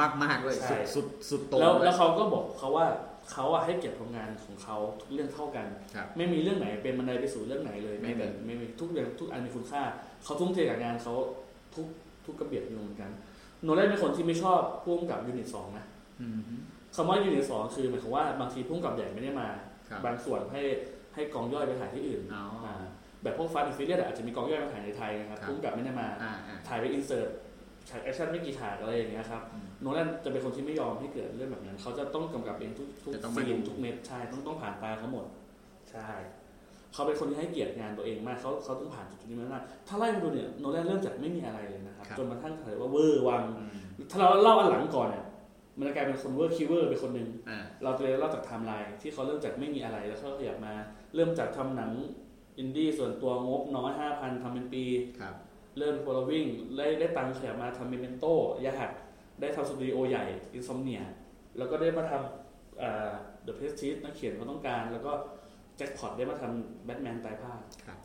มากมากๆเลย ใช่ สุดสุดสุดโตง แล้ว เลย แล้วเขาก็บอกเขาว่าเขาอะให้เกียรติผลงานของเขาทุกเรื่องเท่ากัน ครับ ไม่มีเรื่องไหนเป็นบันไดไปสู่เรื่องไหนเลย ไม่ ไม่ มี มีไม่มีทุกอย่างทุกอันมีคุณค่า เขาทุ่มเทกับงานเขาทุกทุกกระเบียดนิ้วเหมือนกันโนแลนเป็นคนที่ไม่ชอบพ่วงกับยูนิตสองนะ อืม คำว่ายูนิตสองคือหมายความว่าบางทีพ่วงกับใหญ่ไม่ได้มา ครับ บางส่วนให้ให้กองย่อยไปถ่ายที่อื่น อ๋ออ่ าแบบพวกฟาร์มฟิเลียอาจจะมีกองย่อยมาถ่ายในไทยนะครับ ครับ พ่วงกับไม่ได้มา อ่าอ่า ถ่ายไปอินเสิร์ตฉากแอคชั่นไม่กี่ฉากอะไรอย่างเงี้ยครับ อืม โนแลนจะเป็นคนที่ไม่ยอมให้เกิดเรื่องแบบนั้น เขาจะต้องกำกับเองทุกทุก จะต้องมา ซีน ดู ทุกเม็ดใช่ต้องต้องผ่านตาเขาหมด ใช่ เขาเป็นคนที่ให้เกียรติงานตัวเองมากเขาเขาต้องผ่านจุดนี้มามากถ้าไล่มาดูเนี่ยโนแลนเริ่มจากไม่มีอะไรเลยนะครับ ครับ จนกระทั่งถือว่าเวอร์วัง อืม ถ้าเราเล่าอันหลังก่อนเนี่ยมันจะกลายเป็นคนเวอร์คิวเวอร์เป็นคนหนึ่ง อ่า เราจะเล่าจากไทม์ไลน์ที่เขาเริ่มจากไม่มีอะไรแล้วเขาขยับมา เริ่มจากทำหนังอินดี้ส่วนตัวงบน้อยห้าพันทำเป็นปี ครับ เริ่มโฟลวิ่งได้ได้ตังค์แถมมาทำเมเมนโตยาหักได้ทำสตูดิโอใหญ่อินซอมเนียแล้วก็ได้มาทำเดอะเพสชีสนักเขียนเขาต้องการ แล้วก็แจ็คพอตได้มาทำแบทแมนตายภาค ครับ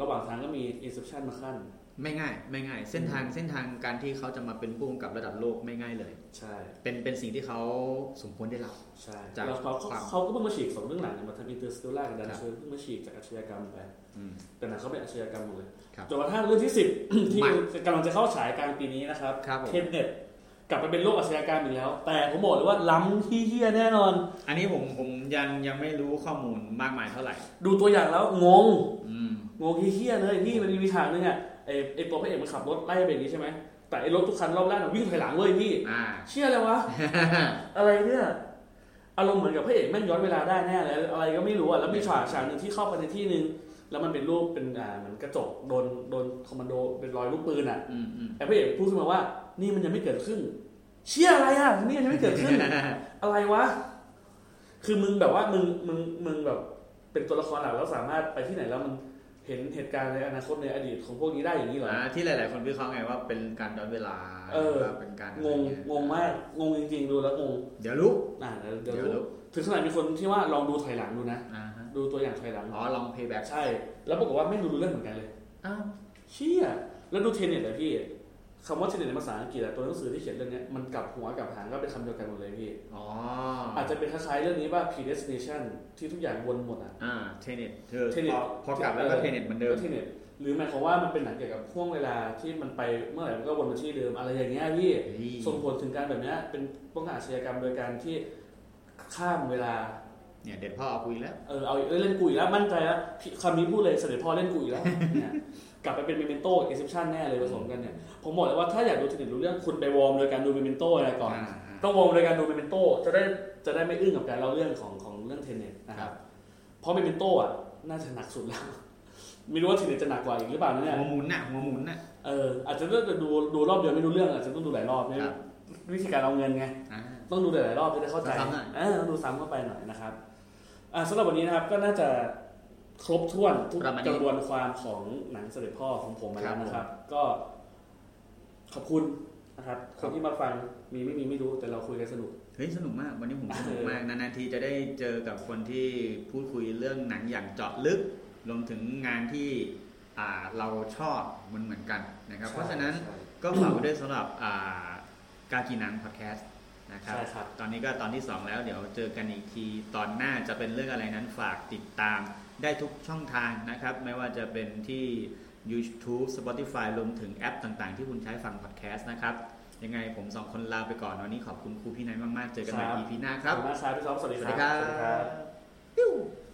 ระหว่างทางก็มีอินเซ t ชันมาขั้น ไม่ง่าย ไม่ง่าย เส้นทางเส้นทางการที่เขาจะมาเป็นผู้กำกับระดับโลกไม่ง่ายเลย ใช่ เป็นเป็นสิ่งที่เขาสมควรได้รับ ใช่ จาก แล้วเขาคเขาวาม เขาก็เพิ่งมาฉีกสองเรื่องหลังเนี่ยมาทำอินเตอร์สเตลล่ากับดัน ครับ เชอร์เพิ่งมาฉีกจากอาชญากรรมไป อืม แต่หนังเขาเป็นอาชญากรรมหมดเลย ครับ จนกระทั่งเรื่องที่สิบ ที่ มาก ำลังจะเข้าฉายกลางปีนี้นะครับ ครับผม เทนเน็ตกลับไปเป็นโลกอาชญากรรมอีกแล้ว แต่ผมบอกเลยว่าล้ำที่เฮี้ยแน่นอน อันนี้ผมผมยังยังไม่รู้ข้อมูลมากมายเท่าไหร่ ดูตัวอย่างแล้วงง อืม งงเฮี้ยๆเลยพี่มันมีฉากนึงอ่ะไอไอตัวพระเอกมันขับรถไล่ไปอย่างนี้ใช่ไหมแต่ไอรถทุกคันรอบแรกน่ะวิ่งถอยหลังเว้ยพี่ อ่า เชื่อเลยวะ อะไรเนี่ยอารมณ์เหมือนกับพระเอกแม่งย้อนเวลาได้แน่เลยอะไรก็ไม่รู้อ่ะแล้วมีฉากฉากหนึ่งที่เข้าไปในที่หนึ่งแล้วมันเป็นรูปเป็นอ่าเหมือนกระจกโดนโดนคอมมานโดเป็นรอยลูกปืนอ่ะ อืมอืม ไอพระเอกพูดขึ้นมาว่า นี่มันยังไม่เกิดขึ้น เชื่ออะไรอ่ะนี่ยังไม่เกิดขึ้น อะไรวะ คือมึงแบบว่ามึงมึงมึงแบบเป็นตัวละครหลักแล้วสามารถไปที่ไหนแล้วมันเห็นเหตุการณ์ในอนาคตในอดีตของพวกนี้ได้อย่างนี้เหรอ อ่าที่หลาย ๆ คนวิเคราะห์ไงว่าเป็นการย้อนเวลา เออ หรือว่าเป็นการ งงงงมากงงจริงๆดูแล้วงง เดี๋ยวรู้ อ่าเดี๋ยวเดี๋ เดี๋ยวยวรู้ ถึงขนาดมีคนที่ว่าลองดูถอยหลังดูนะ อ่าฮะ ดูตัวอย่างถอยหลัง อ๋อลอง playback ใช่ แล้วปรากฏว่าไม่รู้เรื่องเหมือนกันเลย อ้าว เชี่ย แล้วดูเทนเน็ตเลยพี่คำว่าเทนเน็ตในภาษาอังกฤษอะตัวหนังสือที่เขียนเรื่องเนี้ยมันกลับหัวกลับหางก็เป็นคำเดียวกันหมดเลยพี่ อ๋อ อาจจะเป็นคล้ายๆเรื่องนี้ว่า predestination ที่ทุกอย่างวนหมดอะ อ่าเทนเน็ตเธอ Tenet พอพอกลับแล้วก็ เออ เทนเน็ตเหมือนเดิม ก็เทนเน็ตหรือหมายความว่ามันเป็นหนังเกี่ยวกับห่วงเวลาที่มันไปเมื่อไหร่มันก็วนมาที่เดิมอะไรอย่างเงี้ยพี่ เฮ้ย ส่งผลถึงการแบบเนี้ยเป็นป้องกันอาชญากรรมโดยการที่ข้ามเวลา เนี่ยเด็ดพ่อเอาคุยแล้ว เออเอาอีกเล่นกูอีกแล้วมั่นใจแล้วพี่คำนี้พูดเลยเสด็จพ่อเล่นกูอีกแล้วเนี่ยกลับไปเป็นเมเมนโต้เอ็กซิปชันแน่เลยผสมกันเนี่ยผมบอกเลยว่าถ้าอยากดูเทนเน็ตรู้เรื่องคุณไปวอร์มโดยการดูเมเมนโต้อะไรก่อน อ่า ต้องวอร์มโดยการดูเมเมนโต้จะได้จะได้ไม่อึ้งกับการเล่าเรื่องของของเรื่องเทนเน็ตนะครับเพราะเมเมนโต้อ่ะน่าจะหนักสุดแล้ว ไม่รู้ว่าเทนเน็ตจะหนักกว่าอีกหรือเปล่านะเนี่ย หัวหมุนน่ะหัวหมุนน่ะ เอออาจจะต้องดูดูรอบเดียวไม่รู้เรื่องอาจจะต้องดูหลายรอบเนี่ย ครับ วิธีการเอาเงินไง อ่า ต้องดูหลายๆรอบจะได้เข้าใจ ซ้ำๆหน่อย เออต้องดูซ้ำเข้าไปหน่อยนะครับอ่ะสำหรับวันนี้นะครับก็น่าจะครบถ้วนทุก ประมาณนี้ กระบวนความของหนังเสด็จพ่อของผมมาแล้วนะครับ ก็ ขอบคุณนะครับค ครับ นที่มาฟังมีไม่มีไม่รู้แต่เราคุยกันสนุก เฮ้ยสนุกมาก วันนี้ผมสนุกมากนานๆทีจะได้เจอกับคนที่พูดคุยเรื่องหนังอย่างเจาะลึกรวมถึงงานที่อ่าเราชอบเหมือนเหมือนๆกันนะครับ ใช่ เพราะฉะนั้น ใช่ ก็ฝากไว้ด้วยสำหรับอ่าการกินหนังพอดแคสต์นะครับ ใช่ครับ ตอนนี้ก็ตอนที่ 2 แล้วเดี๋ยวเจอกันอีกทีตอนหน้าจะเป็นเรื่องอะไรนั้นฝากติดตามได้ทุกช่องทางนะครับ ไม่ว่าจะเป็นที่ YouTube Spotify รวมถึงแอปต่างๆ ที่คุณใช้ฟังพอดแคสต์นะครับ ยังไงผมสองคนลาไปก่อนวันนี้ขอบคุณครูพี่นายมาก ๆ เจอกันใหม่ ครับ EP หน้าค ขอ รั บบ คุณมากครับพี่ซ้อมสวัส ส ดี วัส ค ดี รับ ครับ